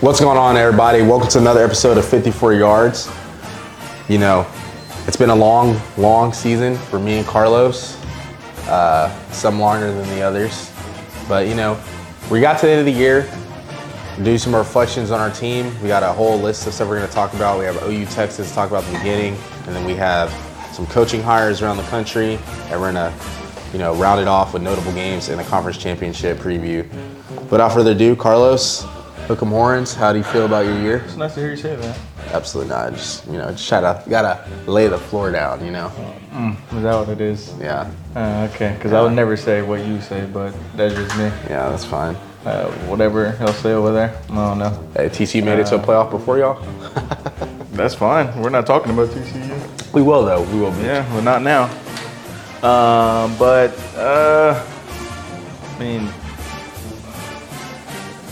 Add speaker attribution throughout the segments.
Speaker 1: What's going on, everybody? Welcome to another episode of 54 Yards. You know, it's been a long, long season for me and Carlos, uh, some longer than the others. But, you know, we got to the end of the year, do some reflections on our team. We got a whole list of stuff we're going to talk about. We have OU Texas to talk about at the beginning, and then we have some coaching hires around the country that we're going to, you know, round it off with notable games and a conference championship preview. Without further ado, Carlos, hook 'em horns. How do you feel about your year?
Speaker 2: It's nice to hear you say that.
Speaker 1: Absolutely not. Just you know, just try to gotta lay the floor down. You know,
Speaker 2: Is that what it is?
Speaker 1: yeah,
Speaker 2: Uh, okay, because I would never say what you say, but that's just me.
Speaker 1: yeah, that's fine.
Speaker 2: Uh, whatever he'll say over there, I don't know.
Speaker 1: Hey, TCU made it to a playoff before y'all.
Speaker 2: That's fine. We're not talking about TCU.
Speaker 1: We will though. We will be.
Speaker 2: Yeah, well, not now. Um, but uh, I mean,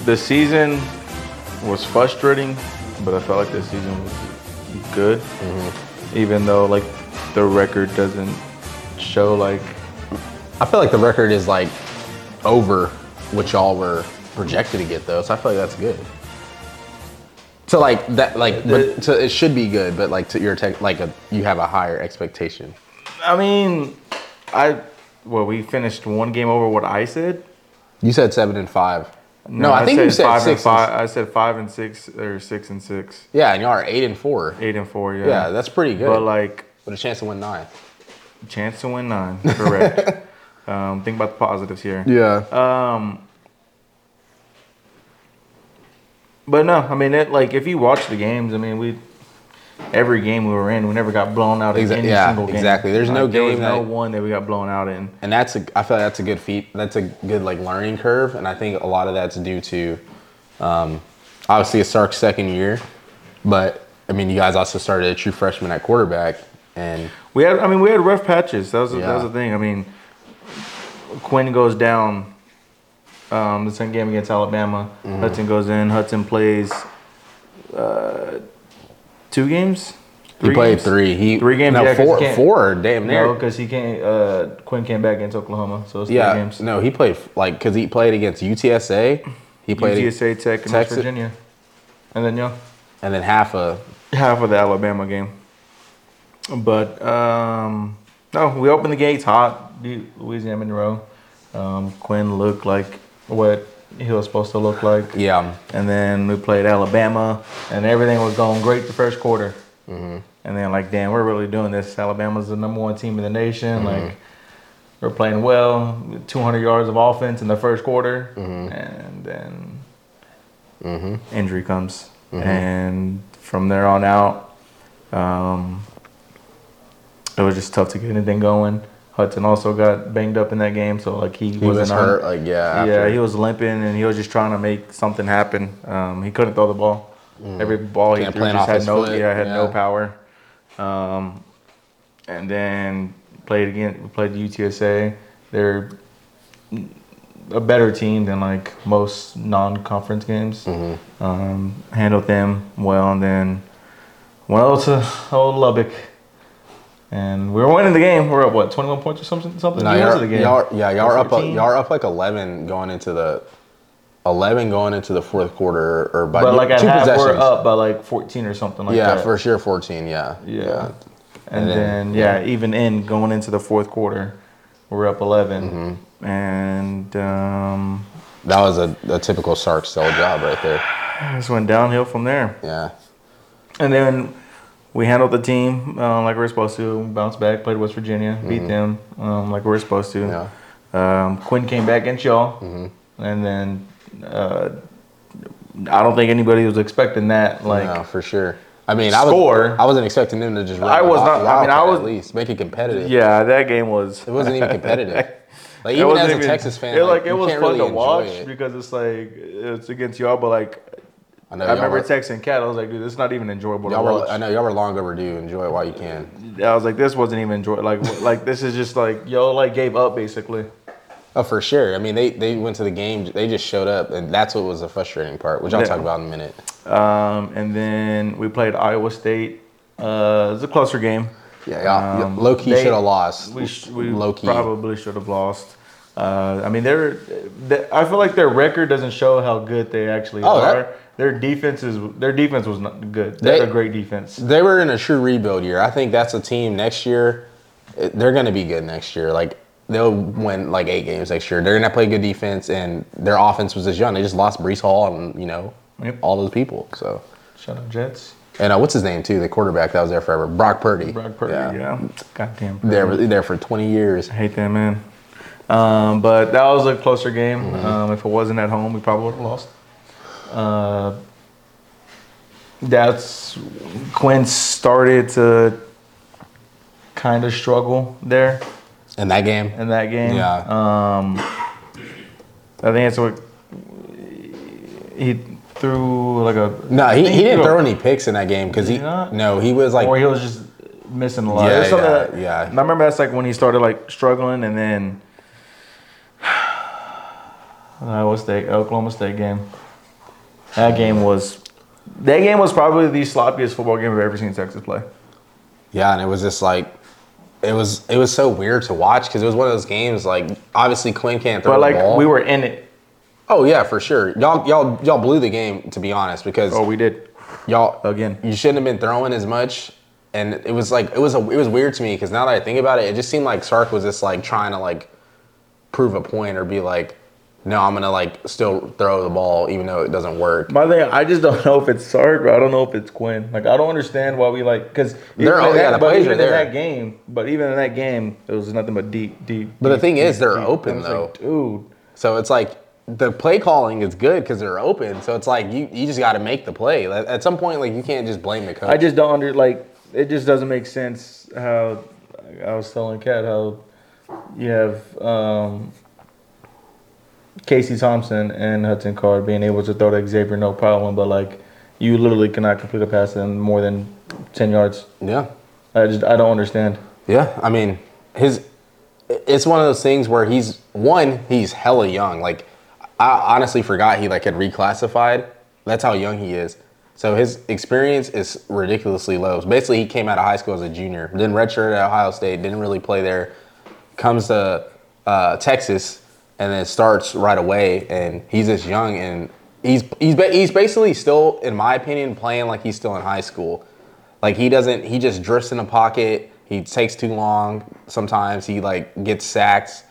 Speaker 2: the season was frustrating, but I felt like the season was good, even though like the record doesn't show like
Speaker 1: I feel like the record is like over what y'all were projected to get though, so I feel like that's good. So like that, like
Speaker 2: The-
Speaker 1: but, so it should be good, but like to your tech, like a, you have a higher expectation.
Speaker 2: I mean, I well, we finished one game over what I said.
Speaker 1: You said seven and five. No, I, think you said
Speaker 2: five
Speaker 1: six.
Speaker 2: and
Speaker 1: and
Speaker 2: five.
Speaker 1: s-
Speaker 2: I said five and six or six and six,
Speaker 1: yeah, and y'all are eight and four.
Speaker 2: eight and four. Yeah,
Speaker 1: Yeah, that's pretty good.
Speaker 2: but like
Speaker 1: with a chance to win nine.
Speaker 2: chance to win nine, correct? um, think about the positives here.
Speaker 1: Yeah.
Speaker 2: But no, I mean, it, like if you watch the games, I mean, we every game we were in, we never got blown out in
Speaker 1: Exa-
Speaker 2: any
Speaker 1: yeah,
Speaker 2: single game.
Speaker 1: exactly. There's no
Speaker 2: Like, there was
Speaker 1: game
Speaker 2: no
Speaker 1: that-
Speaker 2: one that we got blown out in.
Speaker 1: and that's a I feel like that's a good feat. That's a good like learning curve, and I think a lot of that's due to, um, obviously it's Sark's second year, but I mean you guys also started a true freshman at quarterback, and
Speaker 2: We had, I mean, we had rough patches. That was, that was
Speaker 1: Yeah.
Speaker 2: the thing. I mean, Quinn goes down. Um, the same game against Alabama.
Speaker 1: Mm-hmm.
Speaker 2: Hudson goes in. Hudson plays uh, two games.
Speaker 1: he
Speaker 2: Three
Speaker 1: played
Speaker 2: games?
Speaker 1: three. He
Speaker 2: Three games,
Speaker 1: No,
Speaker 2: yeah, 'cause
Speaker 1: four.
Speaker 2: he can't-
Speaker 1: Four. Damn near.
Speaker 2: No, because he came. Uh, Quinn came back against Oklahoma, so it's
Speaker 1: yeah.
Speaker 2: three games.
Speaker 1: No, he played like because he played against UTSA. He played
Speaker 2: UTSA Tech and West
Speaker 1: Texas-
Speaker 2: Virginia, and then yeah,
Speaker 1: and then half a
Speaker 2: half of the Alabama game. But um, no, we opened the gates hot, Lu- Louisiana Monroe. Um, Quinn looked like what he was supposed to look like,
Speaker 1: yeah.
Speaker 2: and then we played Alabama, and everything was going great the first quarter.
Speaker 1: Mm-hmm.
Speaker 2: And then like, damn, we're really doing this. Alabama's the number one team in the nation.
Speaker 1: Mm-hmm.
Speaker 2: Like, we're playing well, 200 yards of offense in the first quarter,
Speaker 1: Mm-hmm.
Speaker 2: and then injury comes,
Speaker 1: Mm-hmm.
Speaker 2: and from there on out, um, it was just tough to get anything going. Hudson also got banged up in that game, so like he,
Speaker 1: He was
Speaker 2: wasn't on-
Speaker 1: hurt. Like yeah.
Speaker 2: yeah,
Speaker 1: after-
Speaker 2: he was limping and he was just trying to make something happen. Um, he couldn't throw the ball. Every ball he
Speaker 1: Mm. Can't
Speaker 2: threw
Speaker 1: plan
Speaker 2: just
Speaker 1: off
Speaker 2: had
Speaker 1: his
Speaker 2: no
Speaker 1: foot,
Speaker 2: yeah had no
Speaker 1: yeah.
Speaker 2: power. Um, and then played again played UTSA. They're a better team than like most non-conference games.
Speaker 1: Mm-hmm.
Speaker 2: Um, handled them well, and then went over to old Lubbock. And we were winning the game. We were up what twenty-one points or something. Something.
Speaker 1: No,
Speaker 2: We
Speaker 1: y'all,
Speaker 2: went to the game.
Speaker 1: y'all- yeah, y'all are up.
Speaker 2: 14.
Speaker 1: Y'all are up like eleven going into the eleven going into the fourth quarter, or by
Speaker 2: But like at
Speaker 1: two
Speaker 2: half, we're
Speaker 1: possessions.
Speaker 2: up by like 14 or something like
Speaker 1: yeah,
Speaker 2: that.
Speaker 1: for sure, fourteen. Yeah,
Speaker 2: Yeah.
Speaker 1: And then-
Speaker 2: And, then, yeah, even in going into the fourth quarter, we're up 11.
Speaker 1: Mm-hmm.
Speaker 2: And um,
Speaker 1: that was a, a typical Sark sell job right there.
Speaker 2: just went downhill from there.
Speaker 1: Yeah,
Speaker 2: And then we handled the team uh, like we were supposed to. Bounced back, played West Virginia,
Speaker 1: Mm-hmm.
Speaker 2: beat them um, like we were supposed to. Um, Quinn came back against y'all.
Speaker 1: Mm-hmm.
Speaker 2: And then uh, I don't think anybody was expecting that. Like,
Speaker 1: no, for sure. I mean, I
Speaker 2: Score.
Speaker 1: was I wasn't expecting them to just. Run
Speaker 2: I
Speaker 1: the
Speaker 2: was
Speaker 1: wild-
Speaker 2: not- I mean, I
Speaker 1: wildcat
Speaker 2: was-
Speaker 1: at least make it competitive.
Speaker 2: yeah, that game was.
Speaker 1: it wasn't even competitive. Like
Speaker 2: It
Speaker 1: even
Speaker 2: wasn't
Speaker 1: as a
Speaker 2: even-
Speaker 1: Texas fan,
Speaker 2: it,
Speaker 1: like,
Speaker 2: like, it
Speaker 1: you
Speaker 2: was
Speaker 1: can't
Speaker 2: fun
Speaker 1: really
Speaker 2: to
Speaker 1: enjoy
Speaker 2: watch
Speaker 1: it.
Speaker 2: because it's like it's against y'all, but like
Speaker 1: I know
Speaker 2: I remember
Speaker 1: y'all, were,
Speaker 2: texting Cat, I was like, dude, this is not even enjoyable to
Speaker 1: y'all were, I
Speaker 2: watch.
Speaker 1: know y'all were long overdue. Enjoy it while you can.
Speaker 2: I was like, this wasn't even enjoyable. Like, wh- like this is just like y'all like gave up basically.
Speaker 1: Oh, for sure. I mean, they, they went to the game. They just showed up, and that's what was the frustrating part, which I'll
Speaker 2: Yeah.
Speaker 1: talk about in a minute.
Speaker 2: Um, and then we played Iowa State. Uh, it was a closer game.
Speaker 1: Yeah, y'all,
Speaker 2: Um,
Speaker 1: low key
Speaker 2: they-
Speaker 1: should have lost.
Speaker 2: We, sh- we
Speaker 1: low key.
Speaker 2: probably should have lost. Uh, I mean, they're, they, I feel like their record doesn't show how good they actually
Speaker 1: Oh, that-
Speaker 2: are. their defense is their defense was not good.
Speaker 1: They-
Speaker 2: They, had a great defense.
Speaker 1: They were in a true rebuild year. I think that's a team next year. eh, They're going to be good next year. Like they'll win like eight games next year. They're going to play good defense, and their offense was just young. They just lost Brees Hall and you know
Speaker 2: Yep.
Speaker 1: all those people. So
Speaker 2: Shut up, Jets.
Speaker 1: and uh, what's his name too? The quarterback that was there forever, Brock Purdy.
Speaker 2: Brock Purdy. Yeah. Goddamn. Purdy.
Speaker 1: There, there for 20 years.
Speaker 2: I hate that man. Um, but that was a closer game. Um, if it wasn't at home, we probably would have lost. Uh, that's Quinn started to kind of struggle there
Speaker 1: In that game,
Speaker 2: in that game.
Speaker 1: Yeah.
Speaker 2: Um, I think that's what he threw like a
Speaker 1: no,
Speaker 2: I
Speaker 1: he,
Speaker 2: think
Speaker 1: he didn't
Speaker 2: threw a-
Speaker 1: throw any picks in that game because he
Speaker 2: Did he not?
Speaker 1: no he was like
Speaker 2: or he was just missing a lot.
Speaker 1: Yeah,
Speaker 2: There's something
Speaker 1: yeah,
Speaker 2: that-
Speaker 1: yeah.
Speaker 2: And I remember that's like when he started like struggling, and then uh, what's the Oklahoma State game? That game was that game was probably the sloppiest football game I've ever seen Texas play.
Speaker 1: Yeah, and it was just like it was it was so weird to watch because it was one of those games like obviously Quinn can't throw
Speaker 2: But
Speaker 1: the
Speaker 2: like
Speaker 1: ball.
Speaker 2: we were in it.
Speaker 1: oh yeah for sure y'all y'all y'all blew the game to be honest because
Speaker 2: Oh, we did.
Speaker 1: y'all
Speaker 2: again.
Speaker 1: you shouldn't have been throwing as much and it was like it was a, it was weird to me because now that I think about it it just seemed like Sark was just like trying to like prove a point or be like no I'm gonna like still throw the ball even though it doesn't work
Speaker 2: My thing, I just don't know if it's Sark or I don't know if it's Quinn. Like I don't understand why we like because
Speaker 1: They're all- yeah, the
Speaker 2: but
Speaker 1: plays
Speaker 2: even
Speaker 1: are
Speaker 2: in
Speaker 1: there.
Speaker 2: that game, but even in that game, it was nothing but deep, deep.
Speaker 1: but the
Speaker 2: deep,
Speaker 1: thing is
Speaker 2: deep,
Speaker 1: they're
Speaker 2: deep. I
Speaker 1: open
Speaker 2: was
Speaker 1: though
Speaker 2: like, dude.
Speaker 1: So it's like the play calling is good because they're open. So it's like you, you just got to make the play. Like, At some point, like you can't just blame the coach.
Speaker 2: I just don't under like it just doesn't make sense how I was telling Kat how you have um, Casey Thompson and Hudson Card being able to throw to Xavier no problem, but like you literally cannot complete a pass in more than ten yards.
Speaker 1: yeah,
Speaker 2: I just I don't understand.
Speaker 1: yeah. I mean, his it's one of those things where he's one, he's hella young. Like I honestly forgot he like had reclassified. That's how young he is. So his experience is ridiculously low. Basically, he came out of high school as a junior, didn't redshirt at Ohio State, didn't really play there. Comes to uh, Texas and then starts right away, and he's just young and he's he's ba- he's basically still, in my opinion, playing like he's still in high school. Like he doesn't. He just drifts in the pocket. He takes too long. Sometimes he like gets sacks,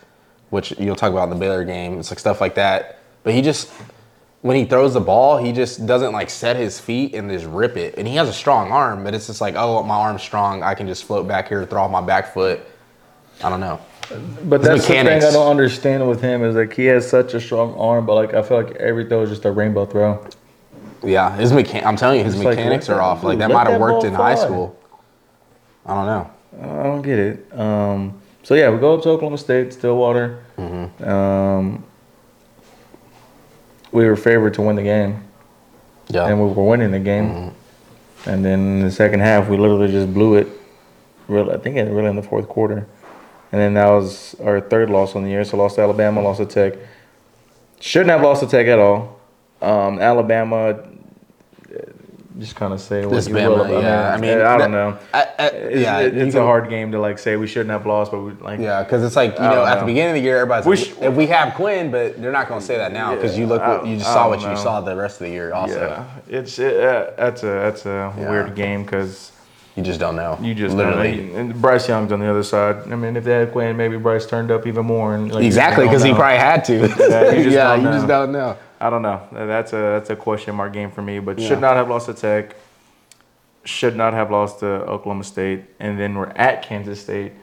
Speaker 1: which you'll talk about in the Baylor game. It's like stuff like that. But he just when he throws the ball, he just doesn't like set his feet and just rip it. And he has a strong arm, but it's just like, oh, my arm's strong. I can just float back here, throw off my back foot. I don't know.
Speaker 2: But that's
Speaker 1: mechanics.
Speaker 2: the thing I don't understand with him is like he has such a strong arm, but like I feel like every throw is just a rainbow throw.
Speaker 1: Yeah, his mechan- I'm telling you, his
Speaker 2: It's like,
Speaker 1: mechanics
Speaker 2: let
Speaker 1: are
Speaker 2: that-
Speaker 1: off. Like that
Speaker 2: let
Speaker 1: might have
Speaker 2: that
Speaker 1: worked
Speaker 2: ball
Speaker 1: in high
Speaker 2: fly.
Speaker 1: school. I don't know.
Speaker 2: I don't get it. Um, so yeah, we go up to Oklahoma State, Stillwater.
Speaker 1: Mm-hmm.
Speaker 2: Um, we were favored to win the game,
Speaker 1: Yeah.
Speaker 2: and we were winning the game.
Speaker 1: Mm-hmm.
Speaker 2: And then in the second half, we literally just blew it. Really, I think it really in the fourth quarter. And then that was our third loss on the year. So lost to Alabama, lost to Tech. Shouldn't have lost to Tech at all. Um, Alabama, uh, just kind of say what
Speaker 1: This
Speaker 2: you will
Speaker 1: Bama,
Speaker 2: about
Speaker 1: yeah. I mean,
Speaker 2: I
Speaker 1: that-
Speaker 2: don't know.
Speaker 1: I, I,
Speaker 2: It's,
Speaker 1: yeah,
Speaker 2: it-
Speaker 1: you
Speaker 2: it's
Speaker 1: can-
Speaker 2: a hard game to like say we shouldn't have lost, but we like
Speaker 1: Yeah, because it's like you
Speaker 2: I
Speaker 1: know,
Speaker 2: don't
Speaker 1: at the
Speaker 2: know.
Speaker 1: beginning of the year, everybody's
Speaker 2: We
Speaker 1: like,
Speaker 2: sh-
Speaker 1: if we have Quinn, but they're not going to say that now because you look,
Speaker 2: Yeah,
Speaker 1: what, you just
Speaker 2: I- I
Speaker 1: saw what
Speaker 2: don't
Speaker 1: you
Speaker 2: know.
Speaker 1: saw the rest of the year. Also,
Speaker 2: yeah. It's it, uh, that's a that's a
Speaker 1: Yeah.
Speaker 2: weird game because
Speaker 1: you just don't know.
Speaker 2: you just
Speaker 1: literally
Speaker 2: literally and Bryce Young's on the other side. I mean, if they had Quinn, maybe Bryce turned up even more. And like, you
Speaker 1: exactly
Speaker 2: don't
Speaker 1: because he
Speaker 2: know.
Speaker 1: probably had to. Yeah,
Speaker 2: you just don't
Speaker 1: you
Speaker 2: know.
Speaker 1: just don't know.
Speaker 2: I don't know. That's a that's a question mark game for me. But should not have lost to Tech. Should not have lost to Oklahoma State, and then we're at Kansas State.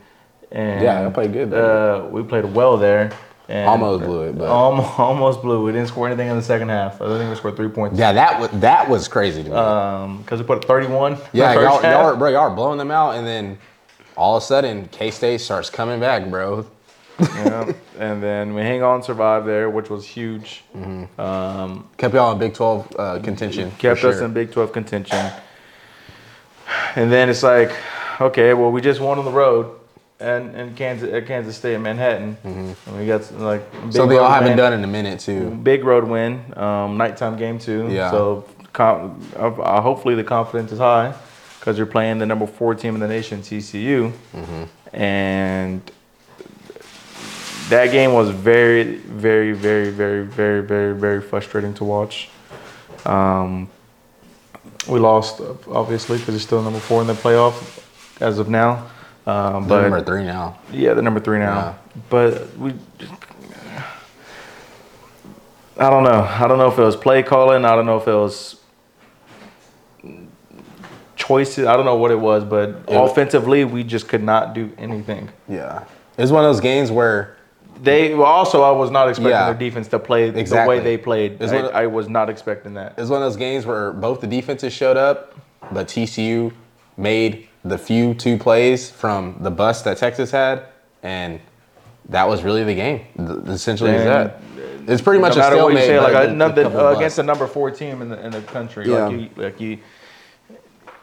Speaker 2: And
Speaker 1: Yeah, they played good,
Speaker 2: Uh, we played well there. and-
Speaker 1: Almost blew it, but-
Speaker 2: Almo- almost blew. We didn't score anything in the second half. I think we scored three points.
Speaker 1: Yeah, that was that was crazy to me.
Speaker 2: Um, because we put up 31. in the
Speaker 1: yeah, y'all,
Speaker 2: first
Speaker 1: y'all,
Speaker 2: half.
Speaker 1: are, bro, y'all are blowing them out, and then all of a sudden, K State starts coming back, bro.
Speaker 2: Yeah. And then we hang on, survive there, which was huge.
Speaker 1: Mm-hmm.
Speaker 2: Um,
Speaker 1: Kept y'all in Big Twelve uh, contention. for
Speaker 2: kept us
Speaker 1: sure.
Speaker 2: in Big 12 contention. And then it's like, okay, well, we just won on the road and in Kansas, at Kansas State, in Manhattan.
Speaker 1: Mm-hmm.
Speaker 2: And we got like big
Speaker 1: something y'all
Speaker 2: road
Speaker 1: haven't
Speaker 2: win-
Speaker 1: done in a minute too.
Speaker 2: Big road win, um, nighttime game too.
Speaker 1: Yeah.
Speaker 2: So com- uh, uh, hopefully the confidence is high because you're playing the number four team in the nation, TCU, and that game was very, very, very, very, very, very, very frustrating to watch. Um, we lost, obviously, because they're still number four in the playoff as of now. Um,
Speaker 1: They're
Speaker 2: but
Speaker 1: number three now.
Speaker 2: yeah, the number three now. But we, I don't know. I don't know if it was play calling. I don't know if it was choices. I don't know what it was, but
Speaker 1: was-
Speaker 2: offensively, we just could not do anything.
Speaker 1: Yeah. It was one of those games where
Speaker 2: They well, also, I was not expecting
Speaker 1: Yeah.
Speaker 2: their defense to play
Speaker 1: Exactly.
Speaker 2: the way they played.
Speaker 1: It's
Speaker 2: I, one of- I was not expecting that.
Speaker 1: It was one of those games where both the defenses showed up, but TCU made the few two plays from the bust that Texas had, and that was really the game. Th- Essentially, is
Speaker 2: And,
Speaker 1: that it's pretty much
Speaker 2: no
Speaker 1: a
Speaker 2: matter what
Speaker 1: stalemate.
Speaker 2: you say, like
Speaker 1: but
Speaker 2: I,
Speaker 1: a
Speaker 2: nothing,
Speaker 1: couple of
Speaker 2: uh, against
Speaker 1: busts.
Speaker 2: the number four team in the in the country,
Speaker 1: Yeah.
Speaker 2: like you, like you,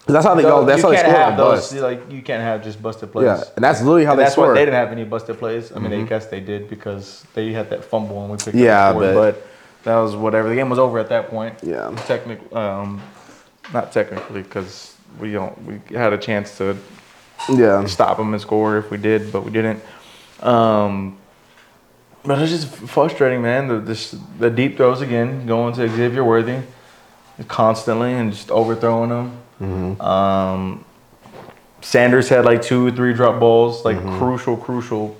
Speaker 1: that's how they go. That's
Speaker 2: you
Speaker 1: how they
Speaker 2: can't
Speaker 1: score a
Speaker 2: have those.
Speaker 1: bust.
Speaker 2: Like you can't have just busted plays.
Speaker 1: Yeah, and that's literally how
Speaker 2: And
Speaker 1: they
Speaker 2: that's why
Speaker 1: score.
Speaker 2: they didn't have any busted plays. I mean, I guess they did because they had that fumble and we picked
Speaker 1: Yeah,
Speaker 2: up the score,
Speaker 1: but-
Speaker 2: but that was whatever. The game was over at that point.
Speaker 1: Yeah.
Speaker 2: Technic, um, not technically because we don't. We had a chance to
Speaker 1: yeah,
Speaker 2: stop them and score if we did, but we didn't. Um, but it's just frustrating, man. The this, the deep throws again, going to Xavier Worthy constantly and just overthrowing him.
Speaker 1: Mm-hmm.
Speaker 2: Um, Sanders had like two or three drop balls, like
Speaker 1: Mm-hmm.
Speaker 2: crucial, crucial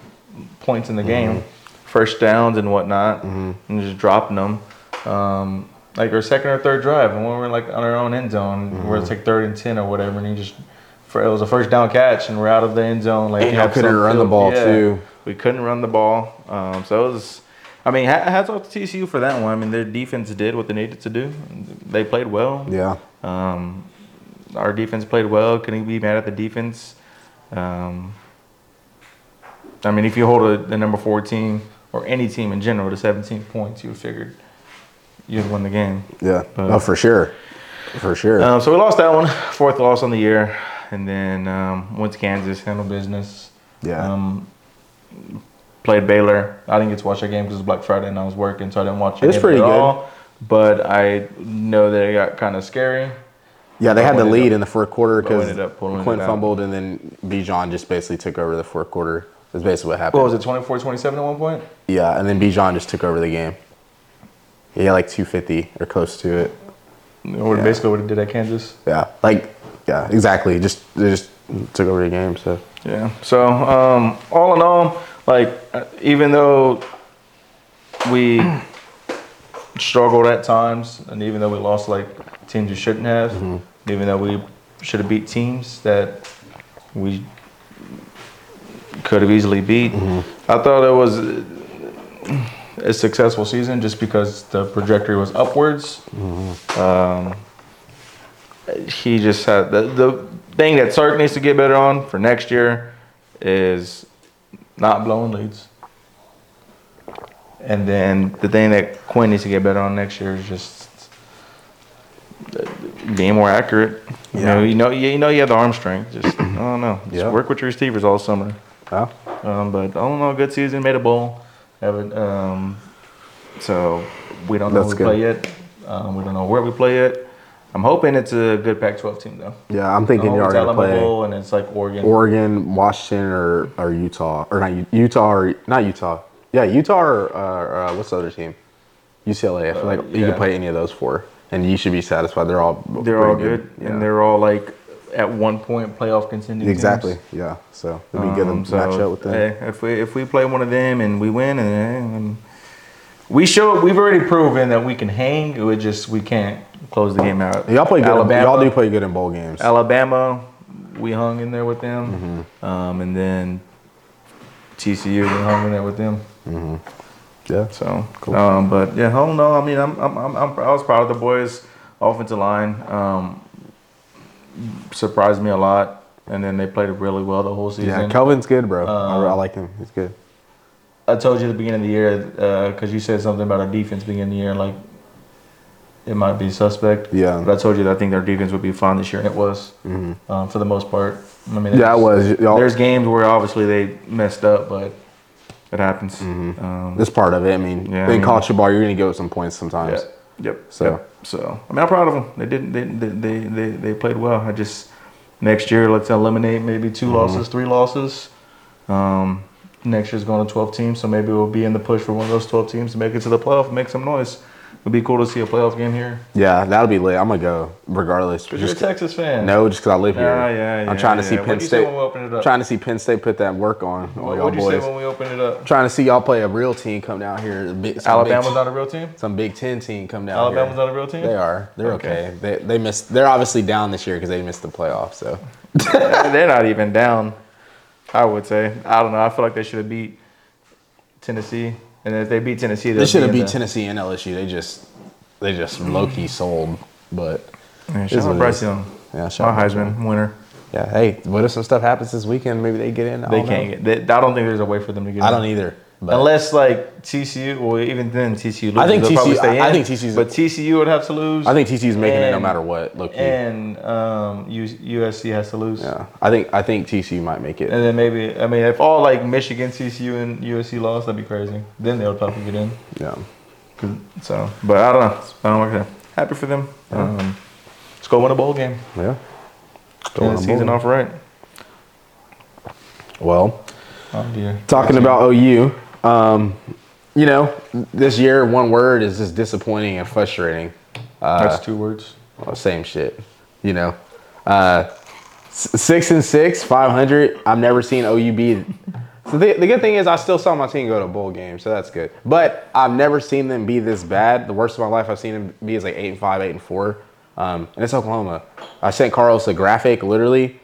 Speaker 2: points in the game, first downs and whatnot,
Speaker 1: Mm-hmm.
Speaker 2: and just dropping them. Um, like our second or third drive, and when we were like on our own end zone, where
Speaker 1: Mm-hmm.
Speaker 2: it's like third and ten or whatever, and he just for it was a first down catch, and we're out of the end zone. Like
Speaker 1: And
Speaker 2: you
Speaker 1: y'all
Speaker 2: have
Speaker 1: couldn't
Speaker 2: some
Speaker 1: run the
Speaker 2: field-
Speaker 1: ball, too.
Speaker 2: We couldn't run the ball, um, so it was. I mean, ha- hats off to TCU for that one. I mean, their defense did what they needed to do. They played well.
Speaker 1: yeah.
Speaker 2: Um, our defense played well. Couldn't be mad at the defense. Um, I mean, if you hold a, the number four team or any team in general to 17 points, you figured you'd win the game.
Speaker 1: Yeah.
Speaker 2: But-
Speaker 1: oh, for sure. For sure.
Speaker 2: Uh, Um, so we lost that one, fourth loss on the year, and then um, went to Kansas, handled business.
Speaker 1: Yeah.
Speaker 2: Um, played Baylor. I didn't get to watch that game because it was Black Friday and I was working, so I didn't watch it.
Speaker 1: It's pretty
Speaker 2: at
Speaker 1: good.
Speaker 2: all. But I know that it got kind of scary.
Speaker 1: yeah, they had the
Speaker 2: ended
Speaker 1: lead
Speaker 2: up-
Speaker 1: in the fourth quarter
Speaker 2: but we
Speaker 1: because
Speaker 2: ended up pulling it
Speaker 1: Quinn
Speaker 2: out.
Speaker 1: fumbled, and then Bijan just basically took over the fourth quarter. That's basically what happened.
Speaker 2: What was it, 24 27 at one point?
Speaker 1: Yeah, and then Bijan just took over the game. He had like 250 or close to it.
Speaker 2: Or basically what it did at Kansas.
Speaker 1: Yeah, like yeah, exactly. Just they just took over the game. So
Speaker 2: Yeah. So um, all in all, like uh, even though we struggled at times, and even though we lost like teams we shouldn't have, even though we should have beat teams that we could have easily beat, I thought it was uh, a successful season just because the trajectory was upwards. Um, he just had the, the thing that Sark needs to get better on for next year is not blowing leads. And then the thing that Quinn needs to get better on next year is just being more accurate. You know,
Speaker 1: Yeah.
Speaker 2: you know, you know, you have the arm strength. Just I don't know. Just
Speaker 1: Yeah.
Speaker 2: work with your receivers all summer.
Speaker 1: well,
Speaker 2: Um, but all in all, good season. Made a bowl. Have it, um, so we don't know
Speaker 1: That's
Speaker 2: who we play yet. Um, we don't know where we play yet. I'm hoping it's a good Pac-12 team though.
Speaker 1: yeah, I'm
Speaker 2: I
Speaker 1: thinking
Speaker 2: hope
Speaker 1: y'all are
Speaker 2: it's
Speaker 1: gonna
Speaker 2: Oh, Alabama
Speaker 1: play
Speaker 2: Bowl and it's like Oregon.
Speaker 1: Oregon, Washington, or or Utah, or not U- Utah, or not Utah. Yeah, Utah or uh, uh, what's the other team? UCLA. I feel like you
Speaker 2: Uh, yeah.
Speaker 1: can play any of those four, and you should be satisfied. They're all
Speaker 2: they're
Speaker 1: pretty
Speaker 2: all good,
Speaker 1: Yeah.
Speaker 2: and they're all like at one point playoff contending.
Speaker 1: exactly
Speaker 2: Teams.
Speaker 1: yeah. So it'd be good
Speaker 2: Um,
Speaker 1: to match up with them.
Speaker 2: Hey, if we if we play one of them and we win, and, and we show we've already proven that we can hang. It would just we can't close the game out.
Speaker 1: Y'all play good.
Speaker 2: Alabama.
Speaker 1: Y'all do Mm-hmm. play good in bowl games.
Speaker 2: Alabama, we hung in there with them, um, and then TCU, we hung in there with them.
Speaker 1: yeah.
Speaker 2: So, um, but yeah, hell no. I mean, I'm, I'm, I'm, I'm, I was proud of the boys. Offensive line um, surprised me a lot, and then they played really well the whole season.
Speaker 1: Yeah, Kelvin's good, bro.
Speaker 2: Uh,
Speaker 1: I, I like him. He's good.
Speaker 2: I told you at the beginning of the year because you said something about our defense beginning of the year, like it might be suspect.
Speaker 1: Yeah. Mm-hmm.
Speaker 2: But I told you that I think their defense would be fine this year, and it was um, for the most part. I mean,
Speaker 1: Yeah, it was. Y'all-
Speaker 2: There's games where obviously they messed up, but it happens.
Speaker 1: Mm-hmm.
Speaker 2: Um,
Speaker 1: That's part of it. I mean,
Speaker 2: Yeah, I
Speaker 1: in
Speaker 2: mean-
Speaker 1: college football, you're gonna get some points sometimes.
Speaker 2: Yep. Yep.
Speaker 1: So-
Speaker 2: yep. so I mean, I'm proud of them. They did. They they they they, they played well. I
Speaker 1: Mm-hmm.
Speaker 2: just next year let's eliminate maybe 2 losses, three losses. Um, next year's going to 12 teams, so maybe we'll be in the push for one of those 12 teams to make it to the playoff, and make some noise. It'd be cool to see a playoff game here.
Speaker 1: Yeah, that'll be lit. I'm gonna go regardless.
Speaker 2: But you're a
Speaker 1: Just
Speaker 2: Texas fan.
Speaker 1: no, just because I live here.
Speaker 2: Yeah, yeah, yeah,
Speaker 1: I'm trying to see
Speaker 2: yeah.
Speaker 1: Penn
Speaker 2: What'd you say
Speaker 1: State.
Speaker 2: when we opened it up?
Speaker 1: Trying to see Penn State put that work on. on
Speaker 2: What
Speaker 1: y'all
Speaker 2: would you say
Speaker 1: boys.
Speaker 2: when we opened it up?
Speaker 1: trying to see y'all play a real team come down here. a big- some big-
Speaker 2: Alabama's not a real team.
Speaker 1: some Big Ten team come down.
Speaker 2: Alabama's
Speaker 1: here.
Speaker 2: not a real team.
Speaker 1: They are. They're okay.
Speaker 2: Okay.
Speaker 1: They they missed. They're obviously down this year because they missed the playoffs. So
Speaker 2: They're not even down. I would say. I don't know. I feel like they should have beat Tennessee, and if they beat Tennessee,
Speaker 1: they should have beat
Speaker 2: Tennessee.
Speaker 1: Tennessee and LSU. They just they just low key sold. But
Speaker 2: Yeah,
Speaker 1: This
Speaker 2: shout out
Speaker 1: is-
Speaker 2: Bryce Young,
Speaker 1: yeah,
Speaker 2: my
Speaker 1: shout out.
Speaker 2: Heisman winner.
Speaker 1: yeah. Hey, what if some stuff happens this weekend? Maybe they get in. I
Speaker 2: They
Speaker 1: don't know.
Speaker 2: can't get. They, I don't think there's a way for them to get.
Speaker 1: I
Speaker 2: in.
Speaker 1: don't either. But
Speaker 2: Unless like TCU, well even then TCU. Loses,
Speaker 1: I think
Speaker 2: they'll probably
Speaker 1: TCU
Speaker 2: stay
Speaker 1: I- I
Speaker 2: in,
Speaker 1: think TCU 's
Speaker 2: But TCU would have to lose.
Speaker 1: I think TCU's making it no
Speaker 2: And-
Speaker 1: matter what. Low key.
Speaker 2: And um, U- USC has to lose.
Speaker 1: yeah, I think I think TCU might make it.
Speaker 2: And then maybe I mean if all like Michigan, TCU, and USC lost, that'd be crazy. Then they would probably get in.
Speaker 1: Yeah.
Speaker 2: 'Cause- So, but I don't know. I don't work there. Happy for them. Um, let's go win a bowl game.
Speaker 1: Yeah. Go
Speaker 2: End
Speaker 1: on
Speaker 2: the
Speaker 1: a
Speaker 2: season
Speaker 1: bowl.
Speaker 2: off right.
Speaker 1: Well,
Speaker 2: Oh dear.
Speaker 1: Talking about OU, um, you know, this year, one word is just disappointing and frustrating. Uh,
Speaker 2: that's two words.
Speaker 1: Well, same shit, you know. Uh, s- six and six, 500. I've never seen OU be. So the, the good thing is, I still saw my team go to bowl games, so that's good. But I've never seen them be this bad. The worst of my life I've seen them be is like eight and five, eight and four, um, and it's Oklahoma. I sent Carlos a graphic literally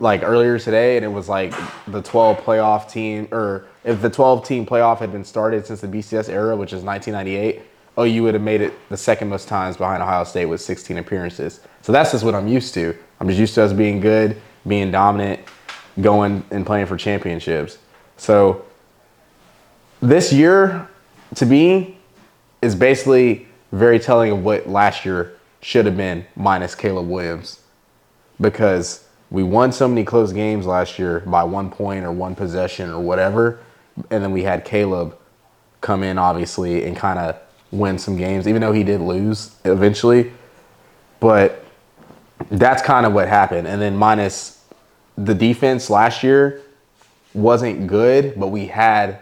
Speaker 1: like earlier today, and it was like the 12 playoff team, or if the 12 team playoff had been started since the BCS era, which is 1998, OU would have made it the second most times behind Ohio State with 16 appearances. So that's just what I'm used to. I'm just used to us being good, being dominant, going and playing for championships. So this year, to me, is basically very telling of what last year should have been, minus Caleb Williams because we won so many close games last year by one point or one possession or whatever. And then we had Caleb come in, obviously, and kind of win some games, even though he did lose eventually. But that's kind of what happened. And then, minus the defense last year wasn't good, but we had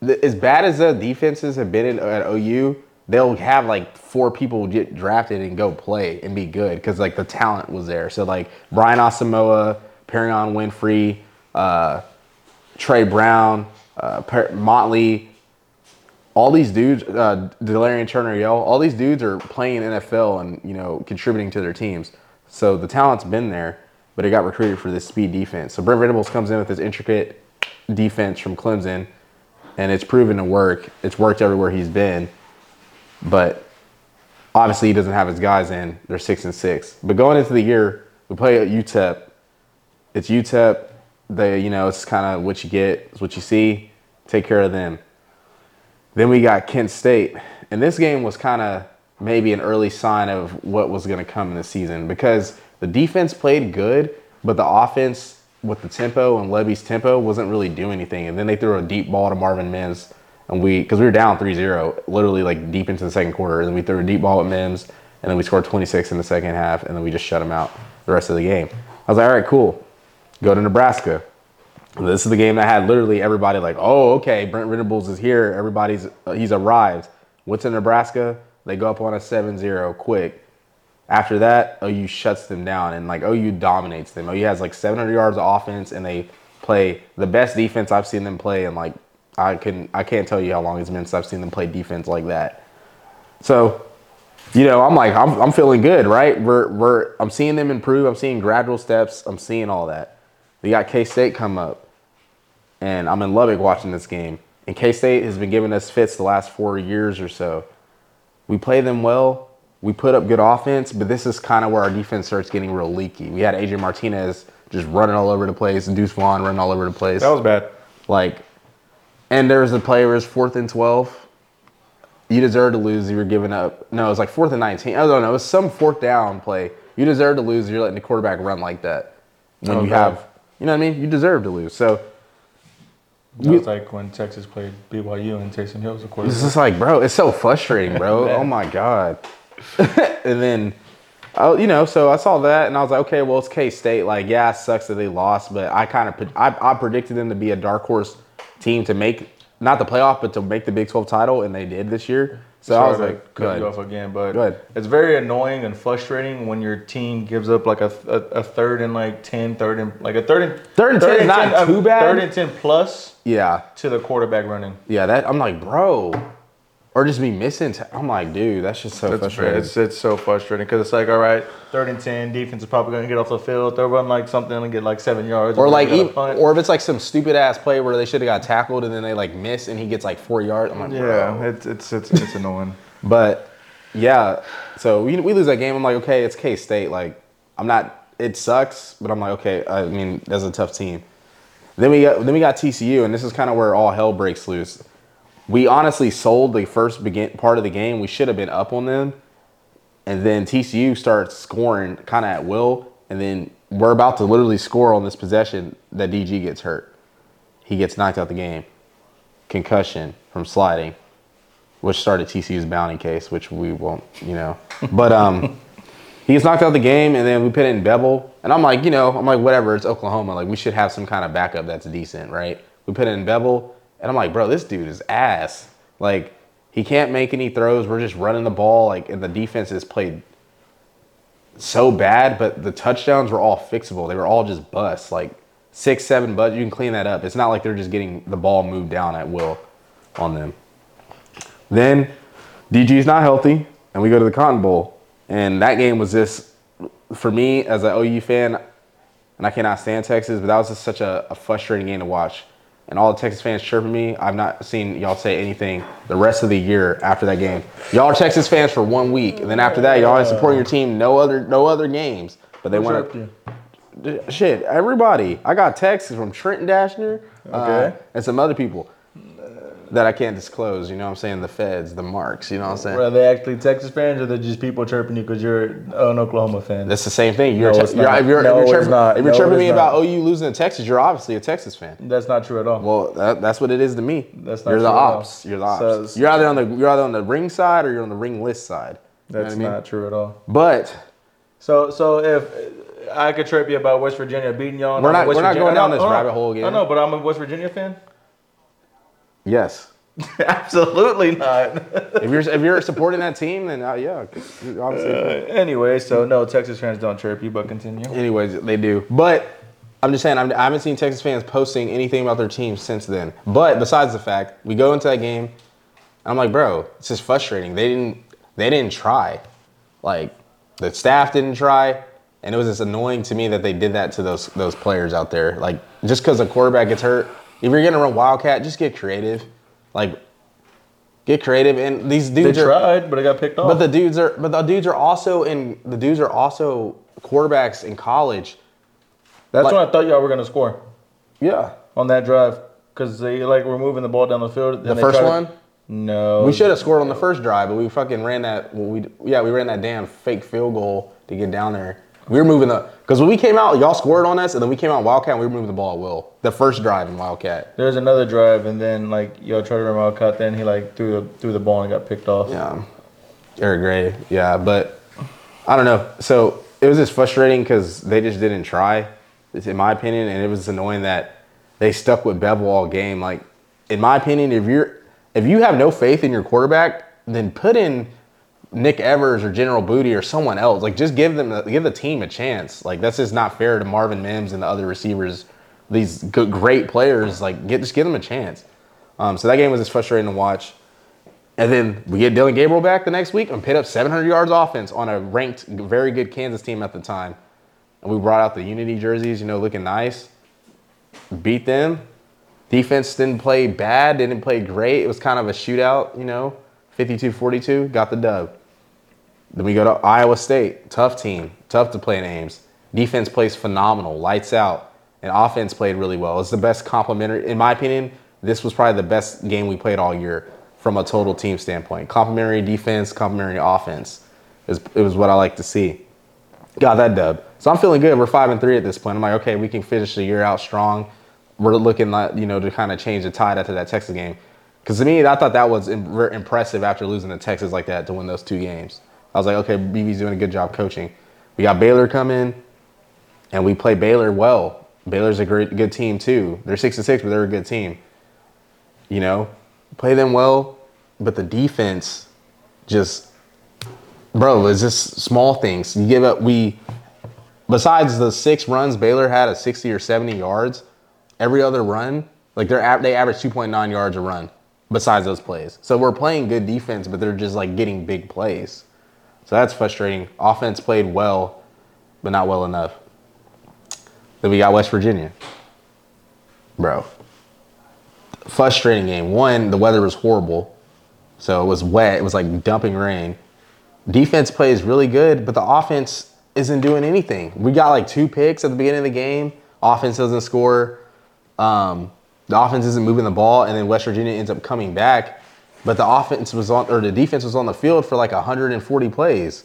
Speaker 1: the- as bad as the defenses have been in, at OU, they'll have like four people get drafted and go play and be good because like the talent was there. So like Brian Osamoa, Perion Winfrey, uh, Trey Brown, uh, per- Motley, all these dudes, uh, Delarian Turner, yo, all these dudes are playing NFL and you know contributing to their teams. So the talent's been there, but it got recruited for this speed defense. So Brent Venables comes in with this intricate defense from Clemson, and it's proven to work. It's worked everywhere he's been, but obviously he doesn't have his guys in. They're six and six. But going into the year, we play at UTEP. It's UTEP. They, you know, it's kind of what you get, it's what you see. Take care of them. Then we got Kent State, and this game was kind of maybe an early sign of what was going to come in the season because the defense played good, but the offense with the tempo and Levy's tempo wasn't really doing anything. And then they threw a deep ball to Marvin Mims, and we because we were down 3-0, literally like deep into the second quarter, and then we threw a deep ball at Mims, and then we scored 26 in the second half, and then we just shut him out the rest of the game. I was like, all right, cool, go to Nebraska. This is the game that had literally everybody like, oh, okay, Brent Venables is here. Everybody's uh, he's arrived. What's in Nebraska? They go up on a 7-0 quick. After that, OU shuts them down and like OU dominates them. OU has like 700 yards of offense and they play the best defense I've seen them play and like I can I can't tell you how long it's been since I've seen them play defense like that. So, you know, I'm like I'm I'm feeling good, right? We're we're I'm seeing them improve. I'm seeing gradual steps. I'm seeing all that. We got K State come up and I'm in Lubbock watching this game. And K State has been giving us fits the last four years or so. We play them well. We put up good offense, but this is kind of where our defense starts getting real leaky. We had Adrian Martinez just running all over the place, Deuce Vaughn running all over the place.
Speaker 2: That was bad.
Speaker 1: Like, and there was a play where it was fourth and 12. You deserve to lose. You were giving up. No, it was like fourth and 19. I don't know. It was some fourth down play. You deserve to lose. You're letting the quarterback run like that. When
Speaker 2: Oh,
Speaker 1: you
Speaker 2: God.
Speaker 1: have, you know what I mean? You deserve to lose. So
Speaker 2: That
Speaker 1: We-
Speaker 2: was like when Texas played BYU and Taysom Hill was a quarterback.
Speaker 1: It's just like, bro, it's so frustrating, bro. oh my god. and then, oh, you know, so I saw that and I was like, okay, well, it's K State. Like, yeah, it sucks that they lost, but I kind of, I, I predicted them to be a dark horse team to make not the playoff, but to make the Big 12 title, and they did this year. So I was
Speaker 2: Sorry to
Speaker 1: like,
Speaker 2: cut
Speaker 1: good.
Speaker 2: you off again, but
Speaker 1: Go ahead.
Speaker 2: it's very annoying and frustrating when your team gives up like a, a, a third and like 10, third and like a third and
Speaker 1: Third and 10 is not
Speaker 2: uh,
Speaker 1: too bad.
Speaker 2: Third and 10 plus
Speaker 1: Yeah,
Speaker 2: to the quarterback running.
Speaker 1: yeah. That I'm like, bro, or just be missing. i I'm like, dude, that's just so
Speaker 2: That's fair.
Speaker 1: frustrating.
Speaker 2: It's, it's so frustrating because it's like, all right, third and 10, defense is probably going to get off the field. They'll run like something and get like seven yards.
Speaker 1: Or
Speaker 2: and
Speaker 1: like,
Speaker 2: they gotta
Speaker 1: even,
Speaker 2: punt.
Speaker 1: or if it's like some stupid ass play where they should have got tackled and then they like miss and he gets like four yards. I'm like, bro.
Speaker 2: yeah, it's, it's, it's, it's annoying.
Speaker 1: But yeah, so we, we lose that game. I'm like, okay, it's K State. Like, I'm not. It sucks, but I'm like, okay. I mean, that's a tough team. Then we got then we got TCU, and this is kind of where all hell breaks loose. We honestly sold the first begin part of the game. We should have been up on them, and then TCU starts scoring kind of at will, and then we're about to literally score on this possession that DG gets hurt. He gets knocked out the game, concussion from sliding which started TCU's bounty case, which we won't, you know. But um, he gets knocked out the game, and then we put it in Bevel, and I'm like, you know, I'm like, whatever, it's Oklahoma, like we should have some kind of backup that's decent, right? We put it in Bevel, and I'm like, bro, this dude is ass. Like he can't make any throws. We're just running the ball, like, and the defense has played so bad, but the touchdowns were all fixable. They were all just busts, like six, seven busts. You can clean that up. It's not like they're just getting the ball moved down at will on them. Then DG's not healthy, and we go to the Cotton Bowl. And that game was just, for me as an OU fan, and I cannot stand Texas, but that was just such a, a frustrating game to watch. And all the Texas fans chirping me, I've not seen y'all say anything the rest of the year after that game. Y'all are Texas fans for one week, and then after that, y'all ain't supporting your team no other no other games. But they went up. D- Shit, everybody. I got texts from Trenton Dashner uh,
Speaker 2: Okay.
Speaker 1: and some other people that I can't disclose. You know what I'm saying? The feds, the marks, you know what I'm saying?
Speaker 2: Were they actually Texas fans or they're just people chirping you because you're an Oklahoma fan?
Speaker 1: That's the same thing. You're,
Speaker 2: No,
Speaker 1: te-
Speaker 2: it's
Speaker 1: you're-
Speaker 2: not.
Speaker 1: if you're,
Speaker 2: No,
Speaker 1: if
Speaker 2: it's
Speaker 1: you're chirping,
Speaker 2: not.
Speaker 1: If you're
Speaker 2: No,
Speaker 1: chirping
Speaker 2: it
Speaker 1: me
Speaker 2: is
Speaker 1: about
Speaker 2: not.
Speaker 1: OU losing to Texas, you're obviously a Texas fan.
Speaker 2: That's not true at all.
Speaker 1: Well, that, that's what it is to me.
Speaker 2: That's not
Speaker 1: you're the
Speaker 2: true at all.
Speaker 1: ops. You're the ops.
Speaker 2: So it's-
Speaker 1: you're either on the you're either on the ring side or you're on the ring list side. You know
Speaker 2: That's
Speaker 1: what I mean?
Speaker 2: not true at all.
Speaker 1: But
Speaker 2: So, so if I could trip you about West Virginia beating y'all, and
Speaker 1: We're
Speaker 2: I'm a
Speaker 1: not-
Speaker 2: West Oh,
Speaker 1: we're not
Speaker 2: Virginia-
Speaker 1: going
Speaker 2: I know-
Speaker 1: down this
Speaker 2: I know-
Speaker 1: rabbit hole again.
Speaker 2: I know, but I'm a West Virginia fan.
Speaker 1: yes,
Speaker 2: Absolutely not.
Speaker 1: if you're if you're supporting that team, then uh, yeah, you're obviously.
Speaker 2: Uh, anyway, so no, Texas fans don't chirp you, but continue.
Speaker 1: Anyways, they do. But I'm just saying, I'm, I haven't seen Texas fans posting anything about their team since then. But besides the fact, we go into that game, and I'm like, bro, it's just frustrating. They didn't, they didn't try. Like the staff didn't try, and it was just annoying to me that they did that to those those players out there. Like just because a quarterback gets hurt, if you're gonna run wildcat, just get creative. Like get creative, and these
Speaker 2: They
Speaker 1: dudes are
Speaker 2: tried, but it got picked off.
Speaker 1: but the dudes are but the dudes are also in the dudes are also quarterbacks in college.
Speaker 2: That's
Speaker 1: like-
Speaker 2: when I thought y'all were gonna score
Speaker 1: Yeah.
Speaker 2: on that drive because they like were moving the ball down the field.
Speaker 1: The first one?
Speaker 2: No,
Speaker 1: We should have scored on the first drive, but we fucking ran that well, we yeah, we ran that damn fake field goal to get down there. We were moving the because when we came out, y'all scored on us, and then we came out Wildcat. and We were moving the ball at will. The first drive in Wildcat.
Speaker 2: There's another drive, and then like y'all tried to run out cut. Then he like threw the threw the ball and got picked off.
Speaker 1: Yeah, Eric Gray. Yeah, but I don't know. So it was just frustrating because they just didn't try, it's in my opinion, and it was annoying that they stuck with Bevel all game. Like, in my opinion, if you're if you have no faith in your quarterback, then put in Nick Evers or General Booty or someone else. Like, just give them give the team a chance. Like, that's just not fair to Marvin Mims and the other receivers. These good, great players, like, get just give them a chance. Um, so that game was just frustrating to watch. And then we get Dylan Gabriel back the next week and pit up 700 yards offense on a ranked, very good Kansas team at the time. And we brought out the Unity jerseys, you know, looking nice. Beat them. Defense didn't play bad, didn't play great. It was kind of a shootout, you know, 52 42, got the dub. Then we go to Iowa State, tough team, tough to play in Ames. Defense plays phenomenal, lights out, and offense played really well. It's the best complimentary, in my opinion. This was probably the best game we played all year from a total team standpoint. Complimentary defense, complimentary offense. It was, it was what I like to see. Got that dub. So I'm feeling good. We're five and three at this point. I'm like, okay, we can finish the year out strong. We're looking like you know to kind of change the tide after that Texas game. Because to me, I thought that was im- re- impressive after losing to Texas like that to win those two games. I was like, okay, BB's doing a good job coaching. We got Baylor come in, and we play Baylor well. Baylor's a great, good team too. They're six and six, but they're a good team. You know, play them well, but the defense just, bro, it's just small things. You give up. We besides the six runs Baylor had at 60 or 70 yards, every other run, like they're av- they average 2.9 yards a run besides those plays. So we're playing good defense, but they're just like getting big plays. So that's frustrating. Offense played well, but not well enough. Then we got West Virginia. Bro. Frustrating game. One, the weather was horrible. So it was wet. It was like dumping rain defense plays really good, but the offense isn't doing anything. We got like two picks at the beginning of the game. Offense doesn't score. Um, the offense isn't moving the ball, and then West Virginia ends up coming back. But the offense was on, or the defense was on the field for like 140 plays.